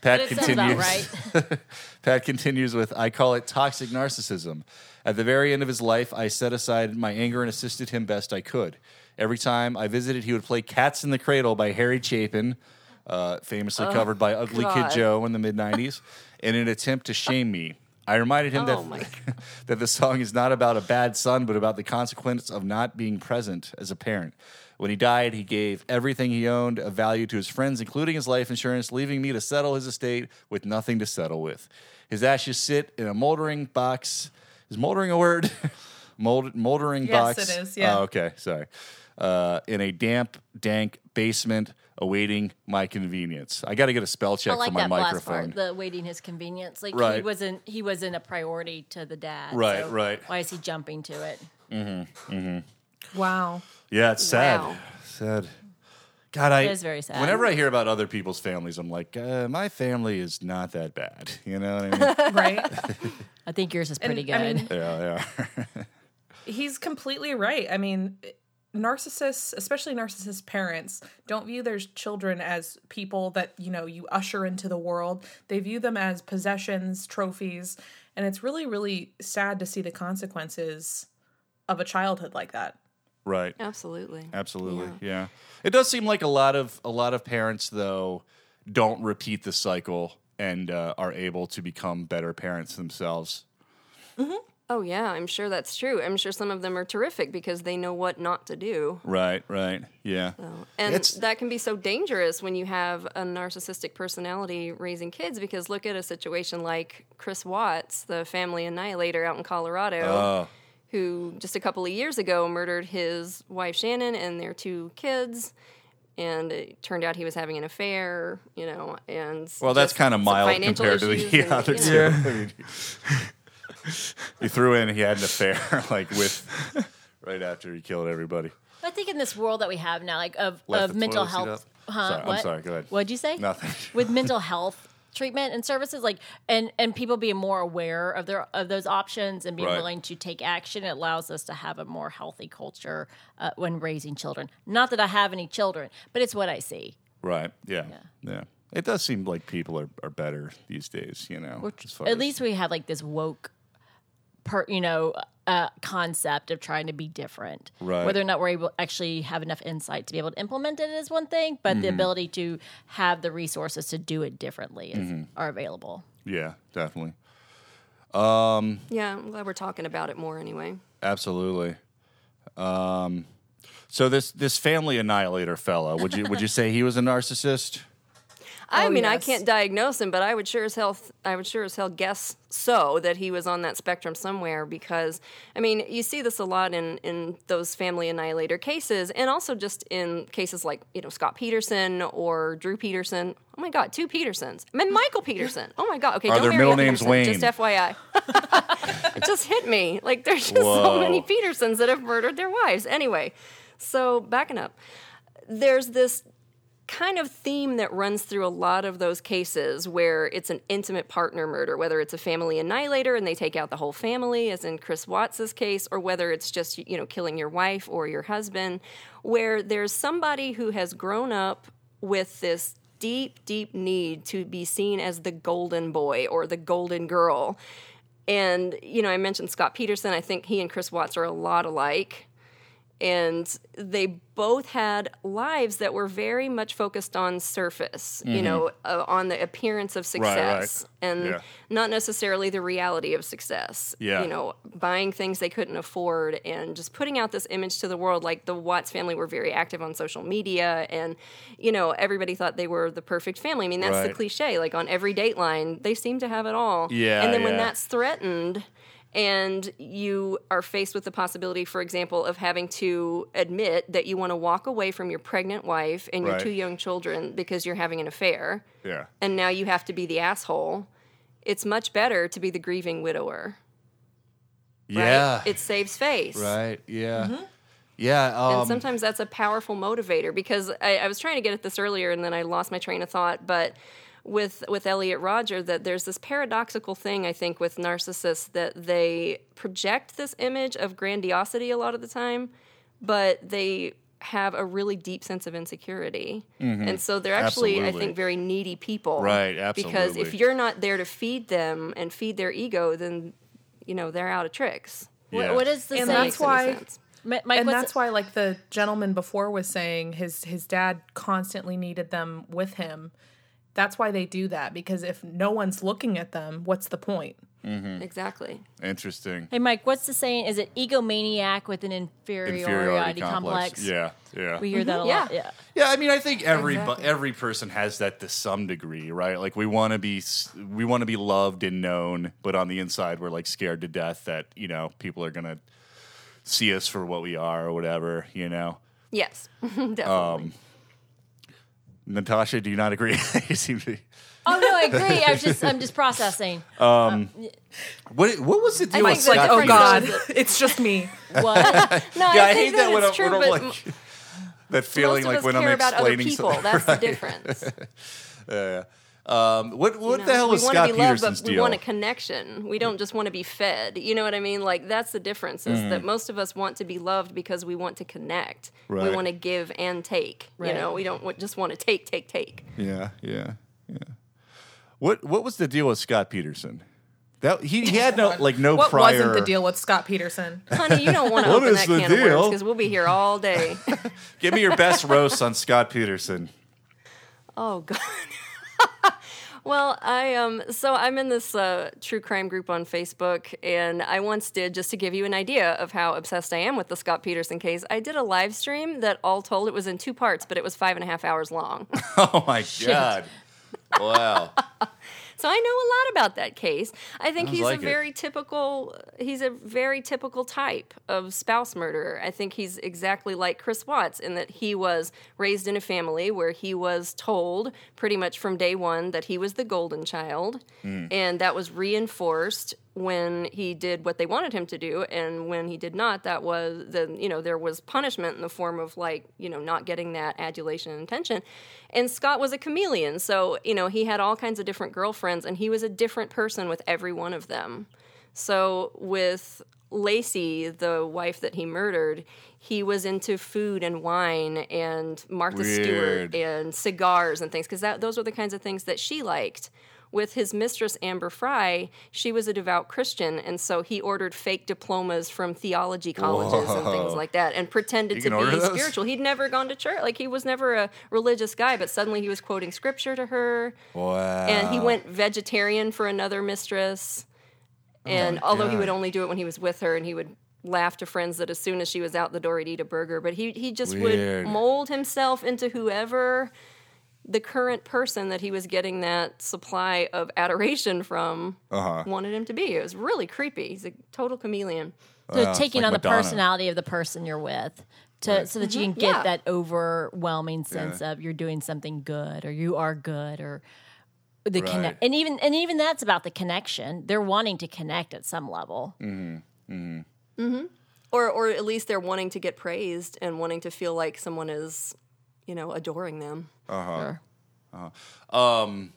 [SPEAKER 1] Pat
[SPEAKER 3] It sounds
[SPEAKER 1] continues.
[SPEAKER 3] about right.
[SPEAKER 1] Pat continues with, I call it toxic narcissism. At the very end of his life, I set aside my anger and assisted him best I could. Every time I visited, he would play Cats in the Cradle by Harry Chapin, uh,
[SPEAKER 3] Oh,
[SPEAKER 1] famously covered by Ugly
[SPEAKER 4] God.
[SPEAKER 1] Kid Joe in the mid 90s, in an attempt to shame me. I reminded him
[SPEAKER 4] Oh my
[SPEAKER 1] that, that the song is not about a bad son, but about the consequence of not being present as a parent. When he died, he gave everything he owned of value to his friends, including his life insurance, leaving me to settle his estate with nothing to settle with. His ashes sit in a moldering box. Is moldering a word? Mold, moldering
[SPEAKER 5] Yes,
[SPEAKER 1] box.
[SPEAKER 5] it is, yeah.
[SPEAKER 1] Oh, okay, sorry. Uh, in a damp, dank basement, awaiting my convenience. I got to get a spell check
[SPEAKER 3] I like
[SPEAKER 1] for my
[SPEAKER 3] that last
[SPEAKER 1] microphone.
[SPEAKER 3] part, the waiting his convenience. Like he
[SPEAKER 1] Right.
[SPEAKER 3] wasn't he wasn't a priority to the dad.
[SPEAKER 1] Right,
[SPEAKER 3] so
[SPEAKER 1] right.
[SPEAKER 3] Why is he jumping to it?
[SPEAKER 5] Wow.
[SPEAKER 1] Yeah, it's sad.
[SPEAKER 4] Wow.
[SPEAKER 1] Sad. God, I.
[SPEAKER 3] is very sad.
[SPEAKER 1] Whenever I hear about other people's families, I'm like, uh, my family is not that bad. You know what I mean?
[SPEAKER 5] Right?
[SPEAKER 3] I think yours is pretty
[SPEAKER 5] I
[SPEAKER 3] good.
[SPEAKER 5] mean-
[SPEAKER 1] yeah, yeah.
[SPEAKER 5] he's completely right. I mean, narcissists, especially narcissist parents, don't view their children as people that, you know, you usher into the world. They view them as possessions, trophies, and it's really really sad to see the consequences of a childhood like that.
[SPEAKER 1] Right.
[SPEAKER 4] Absolutely.
[SPEAKER 1] Absolutely. Yeah. It does seem like a lot of a lot of parents though don't repeat the cycle and uh, are able to become better parents themselves.
[SPEAKER 4] Oh, yeah, I'm sure that's true. I'm sure some of them are terrific because they know what not to do.
[SPEAKER 1] Right, right. Yeah.
[SPEAKER 4] And
[SPEAKER 1] It's-
[SPEAKER 4] that can be so dangerous when you have a narcissistic personality raising kids because look at a situation like Chris Watts, the family annihilator out in Colorado,
[SPEAKER 1] Oh.
[SPEAKER 4] who just a couple of years ago murdered his wife Shannon and their two kids. And it turned out he was having an affair, you know, and
[SPEAKER 1] Well, that's
[SPEAKER 4] just
[SPEAKER 1] kind of
[SPEAKER 4] some
[SPEAKER 1] mild
[SPEAKER 4] financial
[SPEAKER 1] compared to
[SPEAKER 4] issues
[SPEAKER 1] the
[SPEAKER 4] and,
[SPEAKER 1] other
[SPEAKER 4] you
[SPEAKER 1] two.
[SPEAKER 4] know.
[SPEAKER 1] I mean, he threw in he had an affair like with right after he killed everybody.
[SPEAKER 3] I think in this world that we have now, like of,
[SPEAKER 1] Left
[SPEAKER 3] of
[SPEAKER 1] the
[SPEAKER 3] mental
[SPEAKER 1] toilet seat
[SPEAKER 3] health,
[SPEAKER 1] up.
[SPEAKER 3] huh?
[SPEAKER 1] Sorry, I'm
[SPEAKER 3] what?
[SPEAKER 1] sorry, go ahead.
[SPEAKER 3] What'd you say?
[SPEAKER 1] Nothing.
[SPEAKER 3] With mental health treatment and services, like and and people being more aware of their of those options and being
[SPEAKER 1] Right.
[SPEAKER 3] willing to take action, it allows us to have a more healthy culture uh, when raising children. Not that I have any children, but it's what I see.
[SPEAKER 1] Right. Yeah. Yeah. It does seem like people are, are better these days, you know. as far
[SPEAKER 3] At
[SPEAKER 1] as-
[SPEAKER 3] least we have like this woke, per you know, uh, concept of trying to be different.
[SPEAKER 1] Right.
[SPEAKER 3] Whether or not we're able actually have enough insight to be able to implement it is one thing, but
[SPEAKER 1] Mm-hmm.
[SPEAKER 3] the ability to have the resources to do it differently is,
[SPEAKER 1] Mm-hmm.
[SPEAKER 3] are available.
[SPEAKER 1] Yeah, definitely.
[SPEAKER 4] Yeah, I'm glad we're talking about it more anyway.
[SPEAKER 1] Absolutely. Um, so this this family annihilator fella, would you would you say he was a narcissist?
[SPEAKER 4] I
[SPEAKER 5] Oh,
[SPEAKER 4] mean, I
[SPEAKER 5] yes.
[SPEAKER 4] can't diagnose him, but I would sure as hell, I would sure as hell guess so that he was on that spectrum somewhere. Because I mean, you see this a lot in in those family annihilator cases, and also just in cases like you know Scott Peterson or Drew Peterson. Oh my God, two Petersons. I mean, Michael Peterson. Oh my God. Okay,
[SPEAKER 1] Are
[SPEAKER 4] don't
[SPEAKER 1] their
[SPEAKER 4] marry
[SPEAKER 1] middle
[SPEAKER 4] a
[SPEAKER 1] names
[SPEAKER 4] Peterson,
[SPEAKER 1] Wayne?
[SPEAKER 4] Just FYI. just hit me. Like there's just
[SPEAKER 1] Whoa.
[SPEAKER 4] so many Petersons that have murdered their wives. Anyway, so backing up, there's this kind of theme that runs through a lot of those cases where it's an intimate partner murder, whether it's a family annihilator and they take out the whole family, as in Chris Watts's case, or whether it's just you know killing your wife or your husband, where there's somebody who has grown up with this deep, deep need to be seen as the golden boy or the golden girl. And, you know, I mentioned Scott Peterson. I think he and Chris Watts are a lot alike. And they both had lives that were very much focused on surface, you know, uh, on the appearance of
[SPEAKER 1] Mm-hmm. right.
[SPEAKER 4] success and
[SPEAKER 1] Yeah.
[SPEAKER 4] not necessarily the reality of success.
[SPEAKER 1] Yeah.
[SPEAKER 4] You know, buying things they couldn't afford and just putting out this image to the world. Like the Watts family were very active on social media and, you know, everybody thought they were the perfect family. I mean, that's the
[SPEAKER 1] Right.
[SPEAKER 4] cliche. Like on every dateline, they seem to have it all.
[SPEAKER 1] Yeah,
[SPEAKER 4] And then when
[SPEAKER 1] yeah.
[SPEAKER 4] that's threatened and you are faced with the possibility, for example, of having to admit that you want to walk away from your pregnant wife and your
[SPEAKER 1] Right.
[SPEAKER 4] two young children because you're having an affair,
[SPEAKER 1] Yeah.
[SPEAKER 4] and now you have to be the asshole, it's much better to be the grieving widower. Right?
[SPEAKER 1] Yeah.
[SPEAKER 4] It saves face.
[SPEAKER 1] right. Yeah. Yeah.
[SPEAKER 4] Mm-hmm. And
[SPEAKER 1] Um,
[SPEAKER 4] sometimes that's a powerful motivator because I, I was trying to get at this earlier and then I lost my train of thought. But with with Elliot Roger, that there's this paradoxical thing I think with narcissists that they project this image of grandiosity a lot of the time, but they have a really deep sense of insecurity. And so they're actually, I
[SPEAKER 1] Mm-hmm. Absolutely.
[SPEAKER 4] think, very needy people.
[SPEAKER 1] Right,
[SPEAKER 4] Because if
[SPEAKER 1] absolutely.
[SPEAKER 4] you're not there to feed them and feed their ego, then you know they're out of tricks.
[SPEAKER 3] What-
[SPEAKER 1] Yeah.
[SPEAKER 3] what is the
[SPEAKER 5] And
[SPEAKER 3] saying?
[SPEAKER 5] that's why-
[SPEAKER 3] Ma- Mike,
[SPEAKER 5] and
[SPEAKER 3] what's-
[SPEAKER 5] that's why like the gentleman before was saying his his dad constantly needed them with him that's why they do that because if no one's looking at them what's the point
[SPEAKER 1] Hmm.
[SPEAKER 4] Exactly.
[SPEAKER 1] interesting.
[SPEAKER 3] Hey, Mike, what's the saying? Is it egomaniac with an inferiority,
[SPEAKER 1] Inferiority
[SPEAKER 3] complex?
[SPEAKER 1] complex. Yeah. Yeah.
[SPEAKER 3] We hear that a
[SPEAKER 5] Mm-hmm.
[SPEAKER 4] Yeah.
[SPEAKER 3] lot. Yeah.
[SPEAKER 1] Yeah, I mean, I think every every person has that to some degree, right? Like we want to be s- we want to be loved and known, but on the inside we're like scared to death that you know people are gonna see us for what we are or whatever. You know,
[SPEAKER 4] Yes, definitely.
[SPEAKER 1] Um, Natasha, do you not agree? you seem to.
[SPEAKER 3] Oh no, I agree. I was just I'm just processing.
[SPEAKER 1] What what was the deal with
[SPEAKER 5] mike's like
[SPEAKER 1] Scott
[SPEAKER 5] oh
[SPEAKER 1] Peterson?
[SPEAKER 5] god it's just me
[SPEAKER 3] What?
[SPEAKER 4] No,
[SPEAKER 1] Yeah, I,
[SPEAKER 4] think
[SPEAKER 1] hate that when,
[SPEAKER 4] it's
[SPEAKER 1] I'm,
[SPEAKER 4] true,
[SPEAKER 1] when I'm
[SPEAKER 4] but m-
[SPEAKER 1] like that
[SPEAKER 4] most
[SPEAKER 1] feeling
[SPEAKER 4] of
[SPEAKER 1] like
[SPEAKER 4] us
[SPEAKER 1] when
[SPEAKER 4] care
[SPEAKER 1] I'm
[SPEAKER 4] about other
[SPEAKER 1] explaining
[SPEAKER 4] people.
[SPEAKER 1] something.
[SPEAKER 4] That's the difference.
[SPEAKER 1] Um, what what
[SPEAKER 4] know,
[SPEAKER 1] the hell
[SPEAKER 4] we
[SPEAKER 1] is
[SPEAKER 4] wanna
[SPEAKER 1] Scott
[SPEAKER 4] be loved,
[SPEAKER 1] Peterson's
[SPEAKER 4] but We
[SPEAKER 1] deal?
[SPEAKER 4] want a connection. We don't just want to be fed. You know what I mean? Like that's the difference is
[SPEAKER 1] Mm.
[SPEAKER 4] that most of us want to be loved because we want to connect.
[SPEAKER 1] Right.
[SPEAKER 4] We want to give and take. You
[SPEAKER 3] Right.
[SPEAKER 4] know, we don't wa- just want to take, take, take.
[SPEAKER 1] Yeah, yeah, yeah. What what was the deal with Scott Peterson? That he, he had no like no
[SPEAKER 5] what
[SPEAKER 1] prior.
[SPEAKER 5] wasn't the deal with Scott Peterson?
[SPEAKER 4] Honey, you don't want to
[SPEAKER 1] What
[SPEAKER 4] open
[SPEAKER 1] is
[SPEAKER 4] that
[SPEAKER 1] the
[SPEAKER 4] can of worms
[SPEAKER 1] deal?
[SPEAKER 4] because we'll be here all day.
[SPEAKER 1] Give me your best roast on Scott Peterson.
[SPEAKER 4] Oh God. Well, I um so I'm in this uh, true crime group on Facebook, and I once did just to give you an idea of how obsessed I am with the Scott Peterson case. I did a live stream that all told it was in two parts, but it was five and a half hours long.
[SPEAKER 1] Oh my god! Wow.
[SPEAKER 4] so I know a lot about that case. I think
[SPEAKER 1] Sounds
[SPEAKER 4] he's
[SPEAKER 1] like
[SPEAKER 4] a
[SPEAKER 1] it.
[SPEAKER 4] very typical he's a very typical type of spouse murderer. I think he's exactly like Chris Watts in that he was raised in a family where he was told pretty much from day one that he was the golden child and that was reinforced when he did what they wanted him to do and when he did not that was then you know there was punishment in the form of like you know not getting that adulation and attention and scott was a chameleon so you know he had all kinds of different girlfriends and he was a different person with every one of them so with Lacey, the wife that he murdered, he was into food and wine and Martha
[SPEAKER 1] Weird.
[SPEAKER 4] Stewart and cigars and things because those were the kinds of things that she liked. With his mistress Amber Fry, she was a devout Christian, and so he ordered fake diplomas from theology colleges and things like that, and pretended
[SPEAKER 1] You
[SPEAKER 4] to
[SPEAKER 1] can order
[SPEAKER 4] be
[SPEAKER 1] those?
[SPEAKER 4] spiritual. He'd never gone to church; like he was never a religious guy, but suddenly he was quoting scripture to her
[SPEAKER 1] Wow.
[SPEAKER 4] and he went vegetarian for another mistress. And although he would
[SPEAKER 1] Oh God.
[SPEAKER 4] only do it when he was with her, and he would laugh to friends that as soon as she was out the door, he'd eat a burger. But he he just
[SPEAKER 1] Weird.
[SPEAKER 4] would mold himself into whoever the current person that he was getting that supply of adoration from
[SPEAKER 1] Uh-huh.
[SPEAKER 4] wanted him to be. It was really creepy. He's a total chameleon.
[SPEAKER 3] So taking
[SPEAKER 1] Uh, like
[SPEAKER 3] on
[SPEAKER 1] Madonna.
[SPEAKER 3] the personality of the person you're with, to so that you can get
[SPEAKER 4] Mm-hmm. Yeah.
[SPEAKER 3] that overwhelming sense of you're doing something good or you are good or the
[SPEAKER 1] Right.
[SPEAKER 3] connect. And even and even that's about the connection. They're wanting to connect at some level.
[SPEAKER 1] Mm-hmm.
[SPEAKER 4] Or or at least they're wanting to get praised and wanting to feel like someone is, you know, adoring them.
[SPEAKER 3] Sure.
[SPEAKER 1] Um,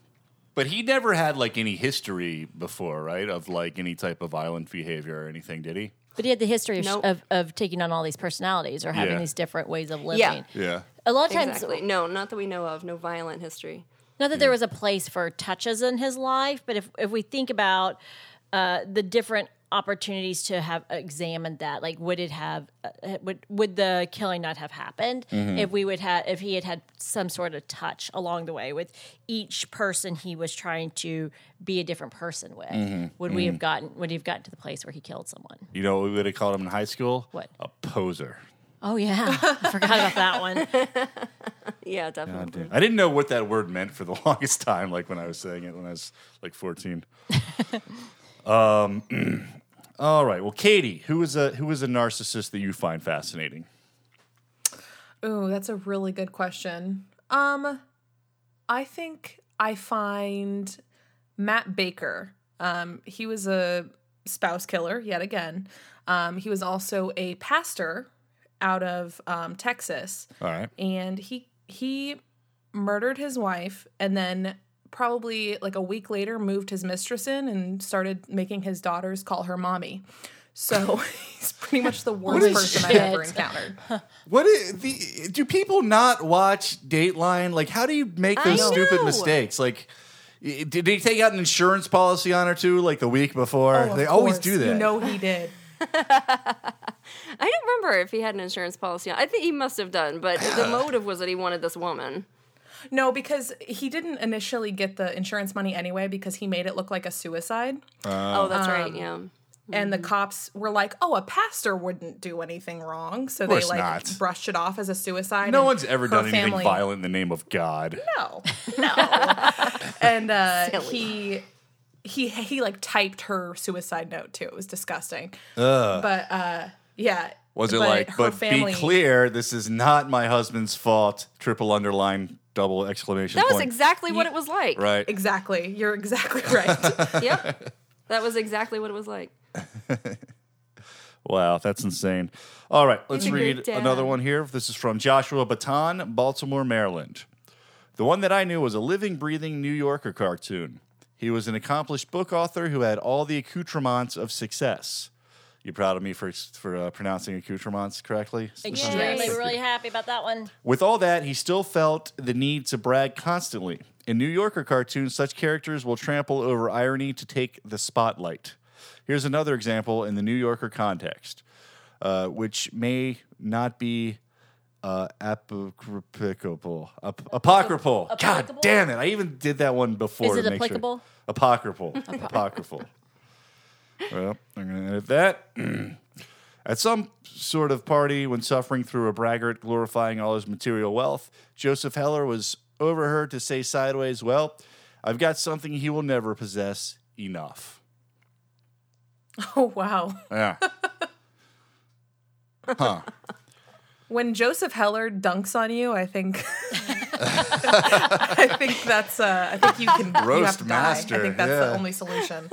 [SPEAKER 1] But he never had like any history before, right? Of like any type of violent behavior or anything, did he?
[SPEAKER 3] But he had the history of,
[SPEAKER 4] Nope.
[SPEAKER 3] of of taking on all these personalities or having
[SPEAKER 1] Yeah.
[SPEAKER 3] these different ways of living.
[SPEAKER 4] Yeah.
[SPEAKER 1] Yeah.
[SPEAKER 3] A lot of times,
[SPEAKER 4] Exactly. No, not that we know of. No violent history.
[SPEAKER 3] Not that there was a place for touches in his life, but if if we think about uh, the different opportunities to have examined that, like would it have uh, would would the killing not have happened if we would have if he had had some sort of touch along the way with each person he was trying to be a different person with? Would we have gotten would he have gotten to the place where he killed someone?
[SPEAKER 1] You know what we would have called him in high school?
[SPEAKER 3] What?
[SPEAKER 1] A poser.
[SPEAKER 3] Oh yeah, I forgot about that one.
[SPEAKER 4] Yeah, definitely.
[SPEAKER 1] I didn't know what that word meant for the longest time, like when I was saying it when I was like 14. um, all right. Well, Katie, who is a who is a narcissist that you find fascinating?
[SPEAKER 5] Oh, that's a really good question. Um, I think I find Matt Baker. Um, he was a spouse killer yet again. Um, he was also a pastor out of um, Texas,
[SPEAKER 1] All right.
[SPEAKER 5] and he he murdered his wife, and then probably like a week later moved his mistress in and started making his daughters call her mommy. So he's pretty much the worst
[SPEAKER 3] Holy
[SPEAKER 5] person I've ever
[SPEAKER 3] shit.
[SPEAKER 5] encountered.
[SPEAKER 1] What is the? Do people not watch Dateline? Like, how do you make those
[SPEAKER 4] I
[SPEAKER 1] stupid
[SPEAKER 4] know.
[SPEAKER 1] mistakes? Like, i- did he take out an insurance policy on her too? Like the week before,
[SPEAKER 5] Oh, of
[SPEAKER 1] they always
[SPEAKER 5] course.
[SPEAKER 1] do that.
[SPEAKER 5] You know he did.
[SPEAKER 4] I don't remember if he had an insurance policy. I think he must have done, but the motive was that he wanted this woman.
[SPEAKER 5] No, because he didn't initially get the insurance money anyway because he made it look like a suicide.
[SPEAKER 4] oh, that's right. Yeah.
[SPEAKER 5] And the
[SPEAKER 3] Hmm.
[SPEAKER 5] cops were like, "Oh, a pastor wouldn't do anything wrong," so they
[SPEAKER 1] course
[SPEAKER 5] like
[SPEAKER 1] not.
[SPEAKER 5] brushed it off as a suicide.
[SPEAKER 1] no
[SPEAKER 5] and
[SPEAKER 1] one's ever
[SPEAKER 5] her
[SPEAKER 1] done anything
[SPEAKER 5] family-
[SPEAKER 1] violent in the name of God.
[SPEAKER 5] No, no. and uh, he he he like typed her suicide note too. It was disgusting. But uh, yeah,
[SPEAKER 1] Was it
[SPEAKER 5] but
[SPEAKER 1] like?
[SPEAKER 5] her
[SPEAKER 1] But
[SPEAKER 5] family-
[SPEAKER 1] be clear, this is not my husband's fault. Triple underline, double exclamation
[SPEAKER 4] That was
[SPEAKER 1] point.
[SPEAKER 4] exactly what it was like.
[SPEAKER 1] right.
[SPEAKER 5] Exactly, you're exactly right.
[SPEAKER 4] Yep. That was exactly what it was like.
[SPEAKER 1] Wow, that's insane. All right, let's
[SPEAKER 4] You're
[SPEAKER 1] read
[SPEAKER 4] dead.
[SPEAKER 1] another one here. This is from Joshua Baton, Baltimore, Maryland. The one that I knew was a living, breathing New Yorker cartoon. He was an accomplished book author who had all the accoutrements of success. You proud of me for for uh, pronouncing accoutrements correctly?
[SPEAKER 3] Extremely,
[SPEAKER 4] Yes.
[SPEAKER 3] we're really happy about that one.
[SPEAKER 1] With all that, he still felt the need to brag constantly. In New Yorker cartoons, such characters will trample over irony to take the spotlight. Here's another example in the New Yorker context, uh, which may not be uh, apocryphal. Ap- apocryphal. God
[SPEAKER 3] Applicable?
[SPEAKER 1] damn it. I even did that one before.
[SPEAKER 3] Is it
[SPEAKER 1] to make sure-
[SPEAKER 3] applicable?
[SPEAKER 1] Apocryphal. apocryphal. Well, I'm going to edit that. At some sort of party, when suffering through a braggart glorifying all his material wealth, Joseph Heller was overheard to say sideways, Well, I've got something he will never possess enough.
[SPEAKER 5] Oh, wow.
[SPEAKER 1] Yeah. huh.
[SPEAKER 5] When Joseph Heller dunks on you, I think I think that's uh, I think you can you have
[SPEAKER 1] Roast
[SPEAKER 5] to Die.
[SPEAKER 1] master,
[SPEAKER 5] I think that's
[SPEAKER 1] yeah.
[SPEAKER 5] the only solution.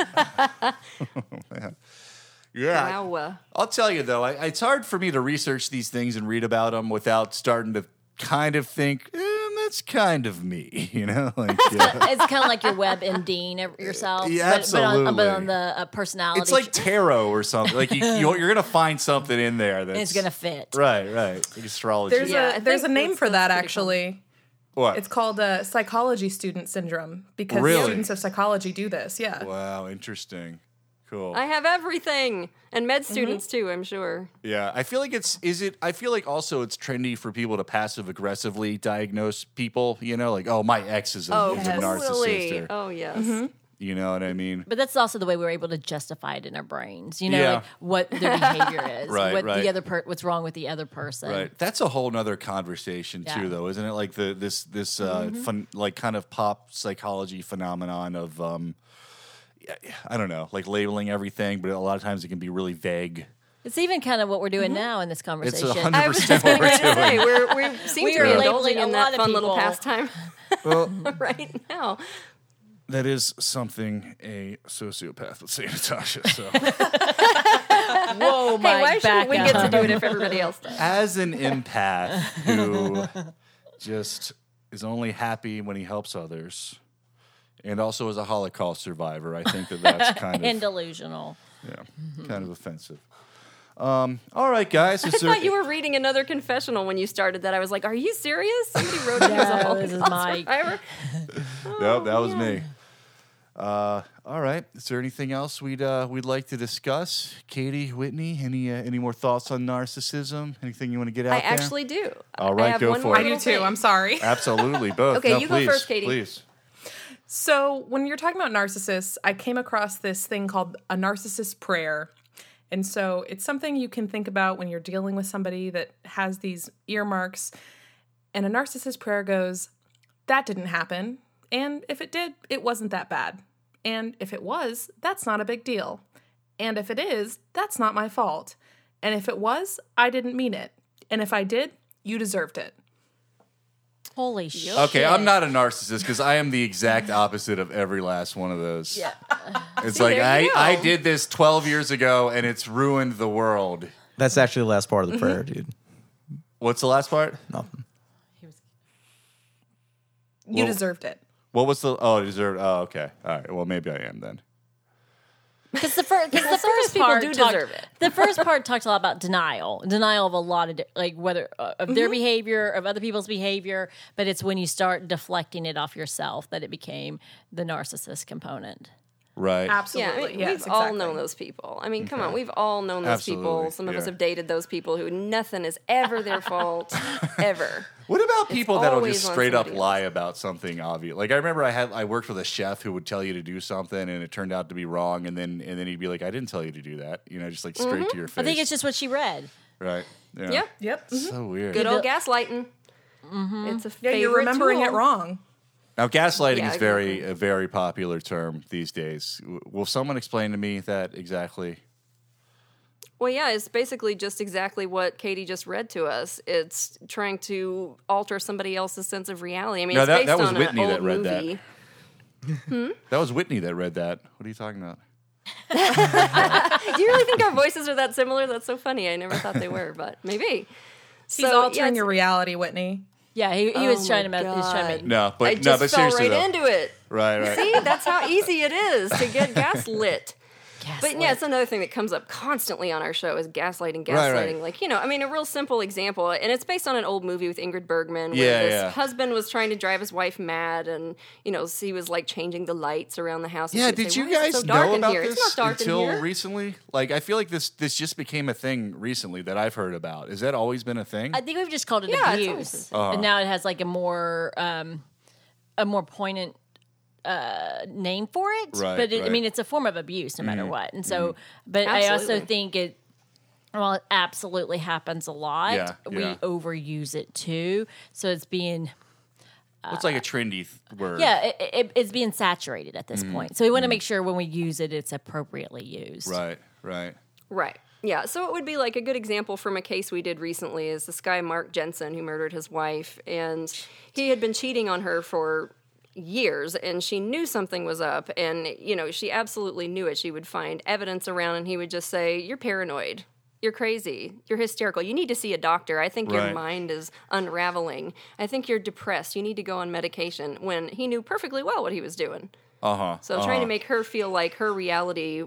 [SPEAKER 1] Yeah.
[SPEAKER 4] Wow. uh,
[SPEAKER 1] I'll tell you though, I, it's hard for me to research these things and read about them without starting to kind of think, eh, that's kind of me, you know? Like, yeah.
[SPEAKER 3] It's kind of like your web ending of yourself,
[SPEAKER 1] Yeah,
[SPEAKER 3] but, but on,
[SPEAKER 1] absolutely.
[SPEAKER 3] but on the uh, personality,
[SPEAKER 1] It's like tarot or something. Like you, you're, you're gonna find something in there that's
[SPEAKER 3] it's gonna fit.
[SPEAKER 1] right, right. Like astrology.
[SPEAKER 5] There's
[SPEAKER 4] Yeah, I
[SPEAKER 5] a there's a
[SPEAKER 4] think
[SPEAKER 5] name
[SPEAKER 4] that's-
[SPEAKER 5] for that
[SPEAKER 4] that's pretty cool.
[SPEAKER 5] actually.
[SPEAKER 1] what?
[SPEAKER 5] It's called uh, psychology student syndrome because
[SPEAKER 1] Really?
[SPEAKER 5] students of psychology do this. Yeah.
[SPEAKER 1] Wow, interesting. Cool.
[SPEAKER 4] I have everything, and med students too. I'm sure.
[SPEAKER 1] yeah, I feel like it's is it I feel like also it's trendy for people to passive aggressively diagnose people, you know, like oh my ex is a,
[SPEAKER 4] Oh,
[SPEAKER 1] is a narcissist
[SPEAKER 4] absolutely.
[SPEAKER 1] or,
[SPEAKER 4] Oh, yes.
[SPEAKER 1] you know what I mean?
[SPEAKER 3] But that's also the way we were able to justify it in our brains, you know,
[SPEAKER 1] Yeah.
[SPEAKER 3] like what their behavior is,
[SPEAKER 1] Right,
[SPEAKER 3] what
[SPEAKER 1] right.
[SPEAKER 3] the other per- what's wrong with the other person.
[SPEAKER 1] Right. That's a whole nother conversation
[SPEAKER 3] Yeah. Mm-hmm.
[SPEAKER 1] too though, isn't it? Like the this this uh fun, like kind of pop psychology phenomenon of um I don't know, like labeling everything, but a lot of times it can be really vague.
[SPEAKER 3] It's even kind of what we're doing now in this
[SPEAKER 1] Mm-hmm. It's
[SPEAKER 3] conversation.
[SPEAKER 1] a
[SPEAKER 4] I
[SPEAKER 1] hundred
[SPEAKER 4] was
[SPEAKER 1] percent
[SPEAKER 4] just
[SPEAKER 1] what
[SPEAKER 4] going to
[SPEAKER 1] we're doing.
[SPEAKER 4] say we're we seem
[SPEAKER 3] We
[SPEAKER 4] to
[SPEAKER 3] are
[SPEAKER 4] be
[SPEAKER 3] labeling
[SPEAKER 4] indulging
[SPEAKER 3] a
[SPEAKER 4] in
[SPEAKER 3] lot
[SPEAKER 4] that
[SPEAKER 3] of
[SPEAKER 4] fun little
[SPEAKER 3] people.
[SPEAKER 4] pastime
[SPEAKER 1] Well,
[SPEAKER 4] right now.
[SPEAKER 1] That is something a sociopath would say, Natasha. So,
[SPEAKER 3] Whoa,
[SPEAKER 4] Hey,
[SPEAKER 3] Oh my
[SPEAKER 4] why shouldn't we get to
[SPEAKER 3] up.
[SPEAKER 4] do it if everybody else does?
[SPEAKER 1] as an empath who just is only happy when he helps others, and also as a Holocaust survivor, I think that that's kind
[SPEAKER 3] and
[SPEAKER 1] of
[SPEAKER 3] delusional?
[SPEAKER 1] yeah, kind of offensive. Um, all right, guys. Is
[SPEAKER 4] Mm-hmm. I
[SPEAKER 1] there-
[SPEAKER 4] thought you were reading another confessional when you started that. I was like, "Are you serious?" Somebody wrote it as a
[SPEAKER 3] No, this is Mike.
[SPEAKER 4] Holocaust survivor.
[SPEAKER 1] Nope, that was me. Uh, all right. Is there anything else we'd uh, we'd like to discuss, Katie, Whitney? Any uh, any more thoughts on narcism? Anything you want to get out
[SPEAKER 4] I
[SPEAKER 1] there?
[SPEAKER 4] actually do.
[SPEAKER 1] All
[SPEAKER 4] I
[SPEAKER 1] right, Uh,
[SPEAKER 4] have
[SPEAKER 1] go
[SPEAKER 4] one
[SPEAKER 1] for
[SPEAKER 4] more
[SPEAKER 1] it.
[SPEAKER 5] I do
[SPEAKER 4] little
[SPEAKER 5] too.
[SPEAKER 4] thing.
[SPEAKER 5] I'm sorry.
[SPEAKER 1] Absolutely, both.
[SPEAKER 4] Okay,
[SPEAKER 1] No,
[SPEAKER 4] you go
[SPEAKER 1] please,
[SPEAKER 4] first, Katie.
[SPEAKER 1] Please.
[SPEAKER 5] So, when you're talking about narcissists, I came across this thing called a narcissist prayer. And so, it's something you can think about when you're dealing with somebody that has these earmarks. And a narcissist prayer goes, That didn't happen. And if it did, it wasn't that bad. And if it was, that's not a big deal. And if it is, that's not my fault. And if it was, I didn't mean it. And if I did, you deserved it.
[SPEAKER 3] Holy shit!
[SPEAKER 1] Okay, I'm not a narcissist because I am the exact opposite of every last one of those. Yeah. It's like
[SPEAKER 4] there
[SPEAKER 1] I,
[SPEAKER 4] you
[SPEAKER 1] I
[SPEAKER 4] go.
[SPEAKER 1] did this 12 years ago and it's ruined the world.
[SPEAKER 6] That's actually the last part of the prayer, dude.
[SPEAKER 1] What's the last part?
[SPEAKER 6] Nothing.
[SPEAKER 5] You
[SPEAKER 1] Well-
[SPEAKER 5] deserved it.
[SPEAKER 1] What was the oh deserved? Oh, okay. All right. Well, maybe I am then.
[SPEAKER 3] Because the, fir- 'cause the first
[SPEAKER 4] people
[SPEAKER 3] part
[SPEAKER 4] do
[SPEAKER 3] talked-
[SPEAKER 4] deserve it.
[SPEAKER 3] The first part talked a lot about denial, denial of a lot of di- like whether uh, of their behavior, of other people's behavior. But it's when you start deflecting it off yourself that it became the narcissist component.
[SPEAKER 1] Right.
[SPEAKER 5] Absolutely.
[SPEAKER 4] Yeah, I mean,
[SPEAKER 5] yes,
[SPEAKER 4] we've all
[SPEAKER 5] exactly.
[SPEAKER 4] known those people. I mean, come on, we've all known those
[SPEAKER 1] Absolutely,
[SPEAKER 4] people. Some of us
[SPEAKER 1] yeah.
[SPEAKER 4] have dated those people who nothing is ever their fault, ever.
[SPEAKER 1] What about people that'll
[SPEAKER 4] always
[SPEAKER 1] just
[SPEAKER 4] on
[SPEAKER 1] straight up
[SPEAKER 4] somebody
[SPEAKER 1] lie about something obvious? Like I remember I had I worked with a chef who would tell you to do something and it turned out to be wrong and then and then he'd be like I didn't tell you to do that. You know, just like
[SPEAKER 4] Mm-hmm.
[SPEAKER 1] straight to your face.
[SPEAKER 3] I think it's just what she read.
[SPEAKER 1] right. Yeah.
[SPEAKER 4] Yep.
[SPEAKER 5] Yep.
[SPEAKER 1] So weird.
[SPEAKER 4] Mm-hmm. Good old gaslighting. It's a
[SPEAKER 5] Yeah, you're
[SPEAKER 4] favorite
[SPEAKER 5] remembering it
[SPEAKER 4] tool.
[SPEAKER 5] wrong.
[SPEAKER 1] Now, gaslighting
[SPEAKER 4] Yeah,
[SPEAKER 1] is very a very popular term these days. W- Will someone explain to me that exactly?
[SPEAKER 4] Well, yeah, it's basically just exactly what Katie just read to us. It's trying to alter somebody else's sense of reality. I mean,
[SPEAKER 1] No,
[SPEAKER 4] it's
[SPEAKER 1] that-
[SPEAKER 4] based
[SPEAKER 1] that was
[SPEAKER 4] on
[SPEAKER 1] Whitney
[SPEAKER 4] an
[SPEAKER 1] that
[SPEAKER 4] old
[SPEAKER 1] read that.
[SPEAKER 4] movie.
[SPEAKER 1] That was Whitney that read that. What are you talking about?
[SPEAKER 4] Do you really think our voices are that similar? That's so funny. I never thought they were, but maybe.
[SPEAKER 5] He's
[SPEAKER 4] So, yeah,
[SPEAKER 5] altering
[SPEAKER 4] it's-
[SPEAKER 5] your reality, Whitney.
[SPEAKER 3] Yeah, he, he was
[SPEAKER 4] Oh
[SPEAKER 3] trying to
[SPEAKER 4] my
[SPEAKER 3] make, he was trying to make
[SPEAKER 1] No, but
[SPEAKER 4] I
[SPEAKER 1] no,
[SPEAKER 4] just
[SPEAKER 1] but
[SPEAKER 4] fell
[SPEAKER 1] seriously
[SPEAKER 4] right
[SPEAKER 1] though.
[SPEAKER 4] into it.
[SPEAKER 1] Right, right.
[SPEAKER 4] See, that's how easy it is to get gaslit. But yeah,
[SPEAKER 3] gaslight.
[SPEAKER 4] it's another thing that comes up constantly on our show is gaslighting, gaslighting.
[SPEAKER 1] Right, right.
[SPEAKER 4] Like, you know, I mean, a real simple example, and it's based on an old movie with Ingrid Bergman where
[SPEAKER 1] Yeah,
[SPEAKER 4] this
[SPEAKER 1] yeah.
[SPEAKER 4] husband was trying to drive his wife mad and, you know, she was like changing the lights around the house. and
[SPEAKER 1] Yeah,
[SPEAKER 4] she'd
[SPEAKER 1] did
[SPEAKER 4] say,
[SPEAKER 1] you
[SPEAKER 4] "Why is
[SPEAKER 1] guys
[SPEAKER 4] it so dark
[SPEAKER 1] know
[SPEAKER 4] in
[SPEAKER 1] about
[SPEAKER 4] here?
[SPEAKER 1] this
[SPEAKER 4] It's not dark
[SPEAKER 1] until
[SPEAKER 4] in here.
[SPEAKER 1] recently? Like, I feel like this this just became a thing recently that I've heard about. Has that always been a thing?
[SPEAKER 3] I think we've just called it
[SPEAKER 4] Yeah, it's always
[SPEAKER 3] abuse,
[SPEAKER 1] Uh-huh.
[SPEAKER 3] and now it has like a more um, a more poignant uh, name for it.
[SPEAKER 1] Right,
[SPEAKER 3] but it, I
[SPEAKER 1] right. Mm-hmm.
[SPEAKER 3] mean, it's a form of abuse, no matter what. And so, but I also
[SPEAKER 4] Absolutely.
[SPEAKER 3] think it. Well, it absolutely happens a lot.
[SPEAKER 1] Yeah,
[SPEAKER 3] we
[SPEAKER 1] yeah.
[SPEAKER 3] overuse it too, so it's being
[SPEAKER 1] it's
[SPEAKER 4] Uh,
[SPEAKER 1] like a trendy th- word.
[SPEAKER 3] yeah, it, it, it's being saturated at
[SPEAKER 1] Mm-hmm.
[SPEAKER 3] this point. So we want to make sure when we use it, it's appropriately used.
[SPEAKER 1] Right, right.
[SPEAKER 4] Right. Yeah. So it would be like a good example from a case we did recently is this guy, Mark Jensen, who murdered his wife. And he had been cheating on her for years and she knew something was up. And, you know, she absolutely knew it. She would find evidence around and he would just say, You're paranoid. You're crazy. You're hysterical. You need to see a doctor. I think your
[SPEAKER 1] Right.
[SPEAKER 4] mind is unraveling. I think you're depressed. You need to go on medication when he knew perfectly well what he was doing.
[SPEAKER 1] Uh huh.
[SPEAKER 4] So trying to make her feel like her reality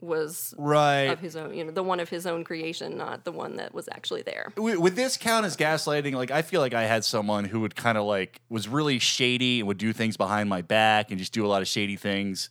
[SPEAKER 4] was
[SPEAKER 1] right.
[SPEAKER 4] of his own, you know, the one of his own creation, not the one that was actually there.
[SPEAKER 1] Would would this count as gaslighting? Like, I feel like I had someone who would kind of like was really shady and would do things behind my back and just do a lot of shady things.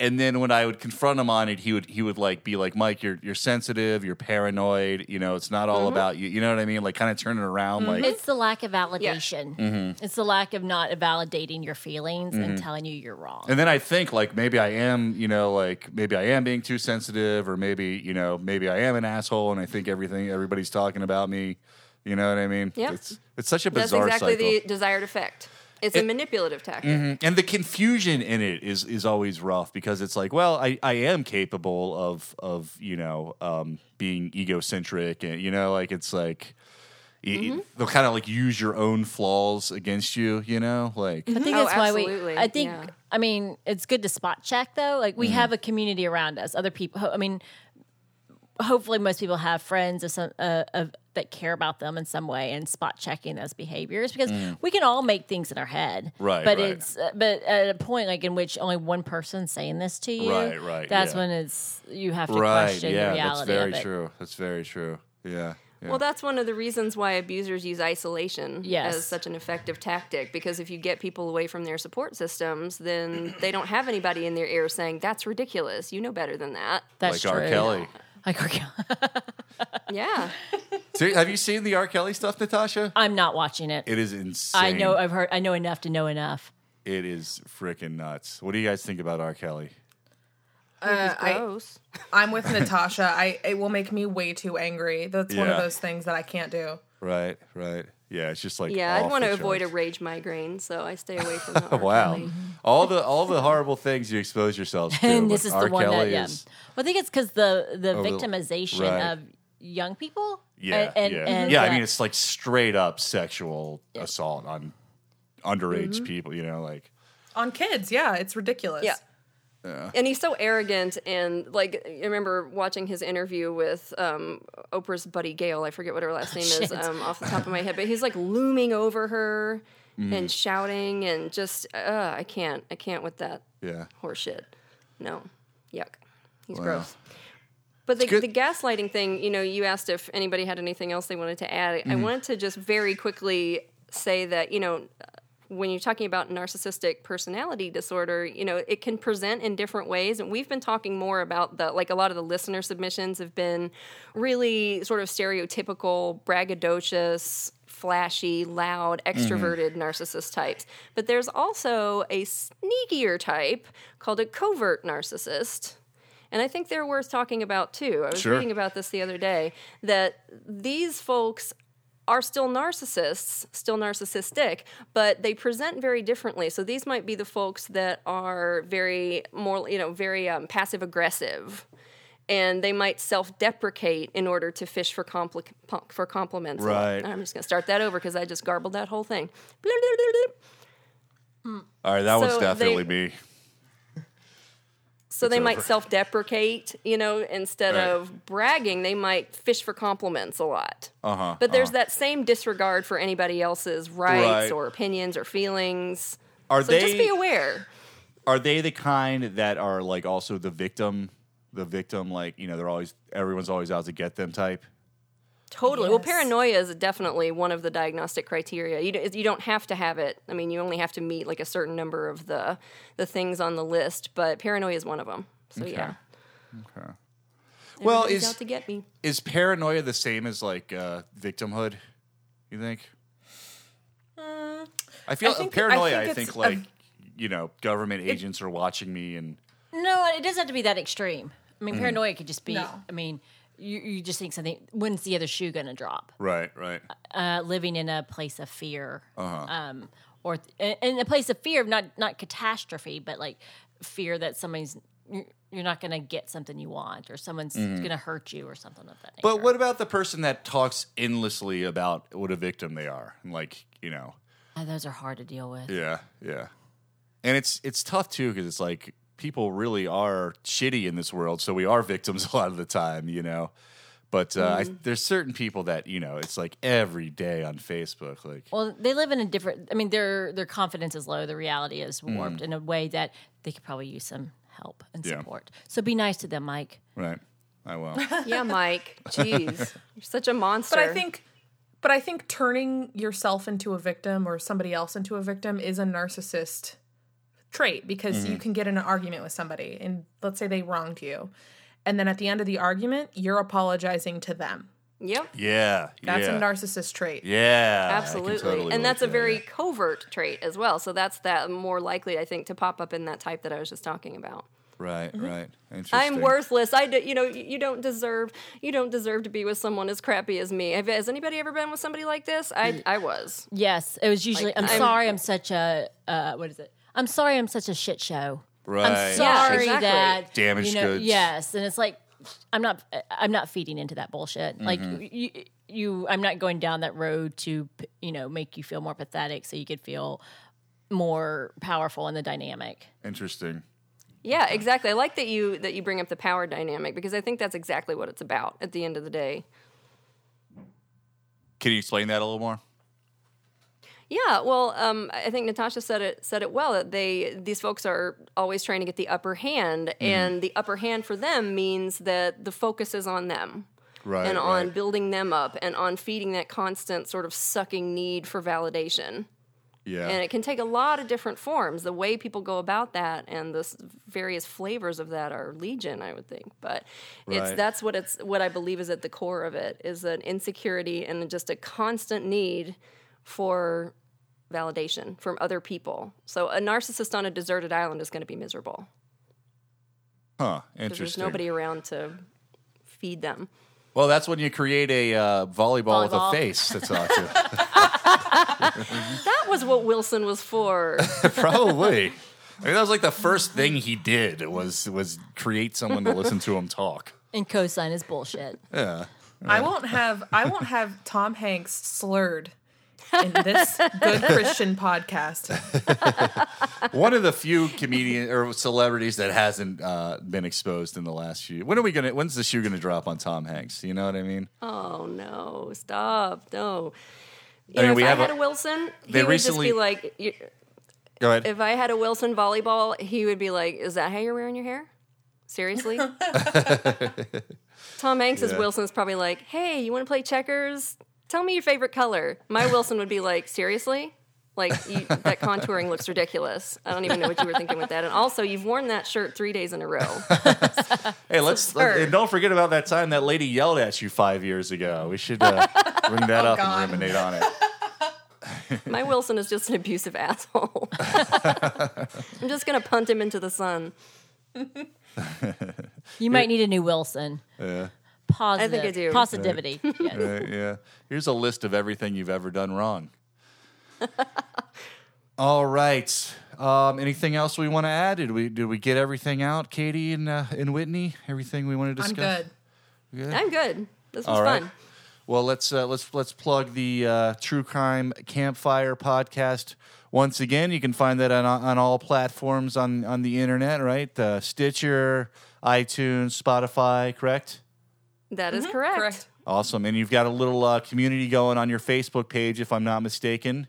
[SPEAKER 1] And then when I would confront him on it, he would he would like be like, Mike, you're you're sensitive, you're paranoid. You know, it's not all
[SPEAKER 4] Mm-hmm.
[SPEAKER 1] about you. You know what I mean? Like, kind of turning around. Like,
[SPEAKER 3] It's the lack of validation.
[SPEAKER 1] Mm-hmm.
[SPEAKER 3] It's the lack of not validating your feelings and telling you you're wrong.
[SPEAKER 1] And then I think like maybe I am, you know, like maybe I am being too sensitive, or maybe you know, maybe I am an asshole, and I think everything everybody's talking about me. You know what I mean?
[SPEAKER 4] Yeah.
[SPEAKER 1] It's it's such a
[SPEAKER 4] That's
[SPEAKER 1] bizarre
[SPEAKER 4] exactly
[SPEAKER 1] cycle, Mm-hmm.
[SPEAKER 4] the desired effect. It's a manipulative tactic.
[SPEAKER 1] and the confusion in it is is always rough because it's like, well, I I am capable of of you know um, being egocentric, and you know, like it's like. y- y-
[SPEAKER 3] Mm-hmm.
[SPEAKER 1] They'll kind of like use your own flaws against you, you know, like
[SPEAKER 3] I think
[SPEAKER 4] Oh,
[SPEAKER 3] that's why we.
[SPEAKER 4] absolutely.
[SPEAKER 3] I think.
[SPEAKER 4] Yeah.
[SPEAKER 3] I mean, it's good to spot check though. Like
[SPEAKER 1] Mm-hmm.
[SPEAKER 3] we have a community around us, other people. I mean, hopefully, most people have friends of some uh, of that care about them in some way, and spot checking those behaviors because we can all make things in our head,
[SPEAKER 1] Mm. Right,
[SPEAKER 3] But
[SPEAKER 1] right.
[SPEAKER 3] it's uh, but at a point like in which only one person's saying this to you,
[SPEAKER 1] Right, right,
[SPEAKER 3] That's
[SPEAKER 1] yeah.
[SPEAKER 3] when it's you have to
[SPEAKER 1] right,
[SPEAKER 3] question the
[SPEAKER 1] yeah, that's
[SPEAKER 3] reality
[SPEAKER 1] very
[SPEAKER 3] of it.
[SPEAKER 1] true. That's very true. Yeah, yeah.
[SPEAKER 4] Well, that's one of the reasons why abusers use isolation
[SPEAKER 3] Yes.
[SPEAKER 4] as such an effective tactic because if you get people away from their support systems, then they don't have anybody in their ear saying, That's ridiculous. You know better than that.
[SPEAKER 3] That's
[SPEAKER 1] like
[SPEAKER 3] true.
[SPEAKER 1] R. Kelly.
[SPEAKER 3] Like R. Kelly.
[SPEAKER 4] Yeah.
[SPEAKER 1] See, have you seen the R. Kelly stuff, Natasha?
[SPEAKER 3] I'm not watching it.
[SPEAKER 1] It is insane.
[SPEAKER 3] I know. I've heard. I know enough to know enough.
[SPEAKER 1] It is freaking nuts. What do you guys think about R. Kelly?
[SPEAKER 5] Uh, I,
[SPEAKER 4] Gross.
[SPEAKER 5] I'm with Natasha. I it will make me way too angry. That's one of
[SPEAKER 1] Yeah.
[SPEAKER 5] those things that I can't do.
[SPEAKER 1] Right, right. Yeah, it's just like
[SPEAKER 4] yeah, I'd
[SPEAKER 1] off
[SPEAKER 4] want to
[SPEAKER 1] the
[SPEAKER 4] avoid a
[SPEAKER 1] charts.
[SPEAKER 4] rage migraine, so I stay away from that.
[SPEAKER 1] Oh, Wow, all the all the horrible things you expose yourselves to.
[SPEAKER 3] and
[SPEAKER 1] but
[SPEAKER 3] this is
[SPEAKER 1] R.
[SPEAKER 3] the one
[SPEAKER 1] Kelly
[SPEAKER 3] that yeah.
[SPEAKER 1] is- Oh,
[SPEAKER 3] Well, I think it's because the the
[SPEAKER 1] the-
[SPEAKER 3] victimization
[SPEAKER 1] right.
[SPEAKER 3] of young people.
[SPEAKER 1] yeah,
[SPEAKER 3] and,
[SPEAKER 1] yeah,
[SPEAKER 3] and, and
[SPEAKER 1] yeah. I
[SPEAKER 3] the-
[SPEAKER 1] mean, it's like straight up sexual assault on underage people. You know, like
[SPEAKER 5] On kids, yeah, it's ridiculous.
[SPEAKER 4] Yeah. And he's so arrogant, and like I remember watching his interview with um, Oprah's buddy Gail. I forget what her
[SPEAKER 1] Oh,
[SPEAKER 4] last name is
[SPEAKER 3] Shit.
[SPEAKER 4] um, off the top of my head, but he's like looming over her
[SPEAKER 1] Mm-hmm.
[SPEAKER 4] and shouting, and just uh, I can't, I can't with that
[SPEAKER 1] yeah,
[SPEAKER 4] horseshit. No, yuck, he's
[SPEAKER 1] Wow.
[SPEAKER 4] gross. But the,
[SPEAKER 1] good.
[SPEAKER 4] the gaslighting thing, you know, you asked if anybody had anything else they wanted to add.
[SPEAKER 1] Mm-hmm.
[SPEAKER 4] I wanted to just very quickly say that, you know, when you're talking about narcissistic personality disorder, you know, it can present in different ways. And we've been talking more about the, like, a lot of the listener submissions have been really sort of stereotypical, braggadocious, flashy, loud, extroverted narcissist types. But there's also a sneakier type called a covert narcissist. And I think they're worth talking about too. I was
[SPEAKER 1] Sure.
[SPEAKER 4] reading about this the other day that these folks are still narcissists, still narcissistic, but they present very differently. So these might be the folks that are very more, you know, very um, passive aggressive. And they might self-deprecate in order to fish for compli- po- for compliments.
[SPEAKER 1] Right.
[SPEAKER 4] I'm just going to start that over because I just garbled that whole thing.
[SPEAKER 1] all right, that one's
[SPEAKER 4] So they-
[SPEAKER 1] definitely me.
[SPEAKER 4] So they might
[SPEAKER 1] over.
[SPEAKER 4] self deprecate, you know, instead
[SPEAKER 1] Right.
[SPEAKER 4] of bragging, they might fish for compliments a lot.
[SPEAKER 1] Uh-huh,
[SPEAKER 4] But there's that same disregard for anybody else's
[SPEAKER 1] Right.
[SPEAKER 4] rights or opinions or feelings.
[SPEAKER 1] Are
[SPEAKER 4] so just
[SPEAKER 1] they-
[SPEAKER 4] be aware.
[SPEAKER 1] Are they the kind that are like also the victim? The victim, like you know, they're always everyone's always out to get them type.
[SPEAKER 4] Totally. Well,
[SPEAKER 5] Yes.
[SPEAKER 4] paranoia is definitely one of the diagnostic criteria. You, d- you don't have to have it. I mean, you only have to meet like a certain number of the the things on the list, but paranoia is one of them. So yeah.
[SPEAKER 1] Okay. Well,
[SPEAKER 4] Everybody's
[SPEAKER 1] is
[SPEAKER 4] out to get me.
[SPEAKER 1] is paranoia the same as like uh, victimhood? You think? I feel
[SPEAKER 5] I think- I
[SPEAKER 1] paranoia. I
[SPEAKER 5] think
[SPEAKER 1] think,
[SPEAKER 5] it's a-
[SPEAKER 1] like you know, government agents are watching me, and
[SPEAKER 3] No, it doesn't have to be that extreme. I
[SPEAKER 1] Mm-hmm.
[SPEAKER 3] mean, paranoia could just be.
[SPEAKER 5] No.
[SPEAKER 3] I mean, you, you just think something. When's the other shoe going to drop?
[SPEAKER 1] right, right,
[SPEAKER 3] Uh, living in a place of fear,
[SPEAKER 1] Uh-huh.
[SPEAKER 3] um, or th- in a place of fear of not not catastrophe, but like fear that somebody's you're you're not going to get something you want, or someone's going to hurt you, or something of that.
[SPEAKER 1] Mm-hmm. But
[SPEAKER 3] nature.
[SPEAKER 1] what about the person that talks endlessly about what a victim they are? And like, you know,
[SPEAKER 3] Oh, those are hard to deal with.
[SPEAKER 1] yeah, yeah. And it's it's tough too because it's like people really are shitty in this world, so we are victims a lot of the time, you know. But uh,
[SPEAKER 4] Mm-hmm.
[SPEAKER 1] I, there's certain people that you know it's like every day on Facebook, like
[SPEAKER 3] Well, they live in a different. I mean, their their confidence is low. The reality is
[SPEAKER 1] Mm-hmm.
[SPEAKER 3] warped in a way that they could probably use some help and
[SPEAKER 1] Yeah.
[SPEAKER 3] support. So be nice to them, Mike.
[SPEAKER 1] right, I will.
[SPEAKER 4] Yeah, Mike. Jeez. You're such a monster.
[SPEAKER 5] But I think but I think turning yourself into a victim or somebody else into a victim is a narcissist trait because
[SPEAKER 1] Mm-hmm.
[SPEAKER 5] you can get in an argument with somebody and let's say they wronged you. And then at the end of the argument, you're apologizing to them.
[SPEAKER 4] Yep.
[SPEAKER 1] yeah,
[SPEAKER 5] That's
[SPEAKER 1] yeah.
[SPEAKER 5] a narcissist trait.
[SPEAKER 1] Yeah, I can
[SPEAKER 4] Absolutely.
[SPEAKER 1] totally relate
[SPEAKER 4] and that's
[SPEAKER 1] to
[SPEAKER 4] a
[SPEAKER 1] that,
[SPEAKER 4] very
[SPEAKER 1] yeah.
[SPEAKER 4] covert trait as well. So that's that more likely, I think, to pop up in that type that I was just talking about.
[SPEAKER 1] right, right. Interesting.
[SPEAKER 4] Mm-hmm. I'm worthless. I, d- you know, you you don't deserve, you don't deserve to be with someone as crappy as me. Have, has anybody ever been with somebody like this? I, I was.
[SPEAKER 3] Yes, it was usually. I'm,
[SPEAKER 4] I'm-
[SPEAKER 3] sorry, I'm such a uh, what is it? I'm sorry, I'm such a shit show.
[SPEAKER 1] Right.
[SPEAKER 3] I'm sorry
[SPEAKER 4] exactly.
[SPEAKER 3] that
[SPEAKER 1] Damaged
[SPEAKER 3] you know,
[SPEAKER 1] goods.
[SPEAKER 3] Yes, and it's like I'm not. I'm not feeding into that
[SPEAKER 1] Mm-hmm.
[SPEAKER 3] bullshit. Like you, you. I'm not going down that road to p- you know make you feel more pathetic so you could feel more powerful in the dynamic.
[SPEAKER 1] Interesting.
[SPEAKER 4] Yeah, exactly. I like that you that you bring up the power dynamic because I think that's exactly what it's about at the end of the day.
[SPEAKER 1] Can you explain that a little more?
[SPEAKER 4] Yeah, well, um, I I think Natasha said it said it well that they these folks are always trying to get the upper hand,
[SPEAKER 1] Mm-hmm.
[SPEAKER 4] and the upper hand for them means that the focus is on them
[SPEAKER 1] Right.
[SPEAKER 4] and on
[SPEAKER 1] right.
[SPEAKER 4] building them up and on feeding that constant sort of sucking need for validation.
[SPEAKER 1] yeah.
[SPEAKER 4] And it can take a lot of different forms. The way people go about that and the s- various flavors of that are legion, I would think. But it's
[SPEAKER 1] Right.
[SPEAKER 4] that's what it's what I believe is at the core of it is an insecurity and just a constant need for validation from other people. So a narcissist on a deserted island is going to be miserable
[SPEAKER 1] Huh.
[SPEAKER 4] because there's
[SPEAKER 1] Interesting.
[SPEAKER 4] nobody around to feed them.
[SPEAKER 1] Well, that's when you create a uh, volleyball, with a
[SPEAKER 3] Volleyball.
[SPEAKER 1] face. That's awesome.
[SPEAKER 4] That was what Wilson was for.
[SPEAKER 1] Probably. I mean, that was like the first thing he did was was create someone to listen to him talk.
[SPEAKER 3] And cosign is bullshit.
[SPEAKER 5] I won't have I won't have Tom Hanks slurred in this good Christian podcast.
[SPEAKER 1] One of the few comedian or celebrities that hasn't uh, been exposed in the last few. When are we gonna? When's the shoe gonna drop on Tom Hanks? You know what I mean?
[SPEAKER 4] Oh no! Stop! No. You
[SPEAKER 1] I mean,
[SPEAKER 4] know,
[SPEAKER 1] we
[SPEAKER 4] if I
[SPEAKER 1] have
[SPEAKER 4] had
[SPEAKER 1] a-
[SPEAKER 4] a, Wilson, he
[SPEAKER 1] they
[SPEAKER 4] would
[SPEAKER 1] recently-
[SPEAKER 4] just be like, you-
[SPEAKER 1] Go ahead.
[SPEAKER 4] if I had a Wilson volleyball, he would be like, "Is that how you're wearing your hair? Seriously?" Tom Hanks is Wilson's probably like, "Hey, you want to play checkers? Tell me your favorite color." My Wilson would be like, "Seriously?" Like you, that contouring looks ridiculous. I don't even know what you were thinking with that. And also, you've worn that shirt three days in a row.
[SPEAKER 1] Hey, let's let,
[SPEAKER 4] absurd.
[SPEAKER 1] and don't forget about that time that lady yelled at you five years ago. We should uh, bring that up
[SPEAKER 5] God.
[SPEAKER 1] and ruminate on it.
[SPEAKER 4] My Wilson is just an abusive asshole. I'm just gonna punt him into the sun.
[SPEAKER 3] You might need a new Wilson. Yeah. Positive.
[SPEAKER 4] I do.
[SPEAKER 3] Positivity. Yes.
[SPEAKER 1] Uh, yeah. Here's a list of everything you've ever done wrong. All right. Um, anything else we want to add? Did we did we get everything out, Katie and uh, and Whitney? Everything we want to
[SPEAKER 5] I'm
[SPEAKER 1] discuss.
[SPEAKER 5] good.
[SPEAKER 4] I'm good. This was
[SPEAKER 1] All right.
[SPEAKER 4] fun.
[SPEAKER 1] Well, let's uh, let's let's plug the uh, True Crime Campfire podcast once again. You can find that on on all platforms on on the internet, right? Uh, Stitcher, iTunes, Spotify, correct?
[SPEAKER 4] That is correct.
[SPEAKER 5] Correct.
[SPEAKER 1] Awesome. And you've got a little uh, community going on your Facebook page, if I'm not mistaken.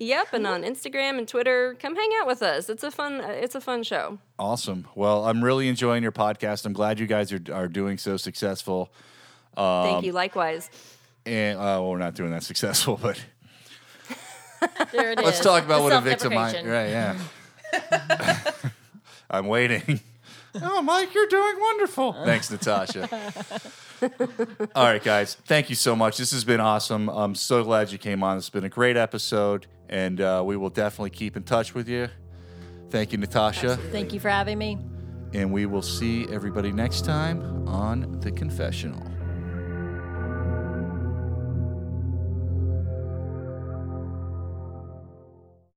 [SPEAKER 4] Yep, and on Instagram and Twitter, come hang out with us. It's a fun. uh, It's a fun show.
[SPEAKER 1] Awesome. Well, I'm really enjoying your podcast. I'm glad you guys are, are doing so successful.
[SPEAKER 4] Thank you. Likewise.
[SPEAKER 1] And uh, well, we're not doing that successful, but
[SPEAKER 3] There it
[SPEAKER 1] let's
[SPEAKER 3] is.
[SPEAKER 1] talk about
[SPEAKER 3] The
[SPEAKER 1] what a victim might.
[SPEAKER 3] self-deprecation.
[SPEAKER 1] Right? Yeah. I'm waiting. Oh, Mike, you're doing wonderful. Thanks, Natasha. All right, guys. Thank you so much. This has been awesome. I'm so glad you came on. It's been a great episode, and uh, we will definitely keep in touch with you. Thank you, Natasha.
[SPEAKER 3] Thank you for having me.
[SPEAKER 1] And we will see everybody next time on The Confessional.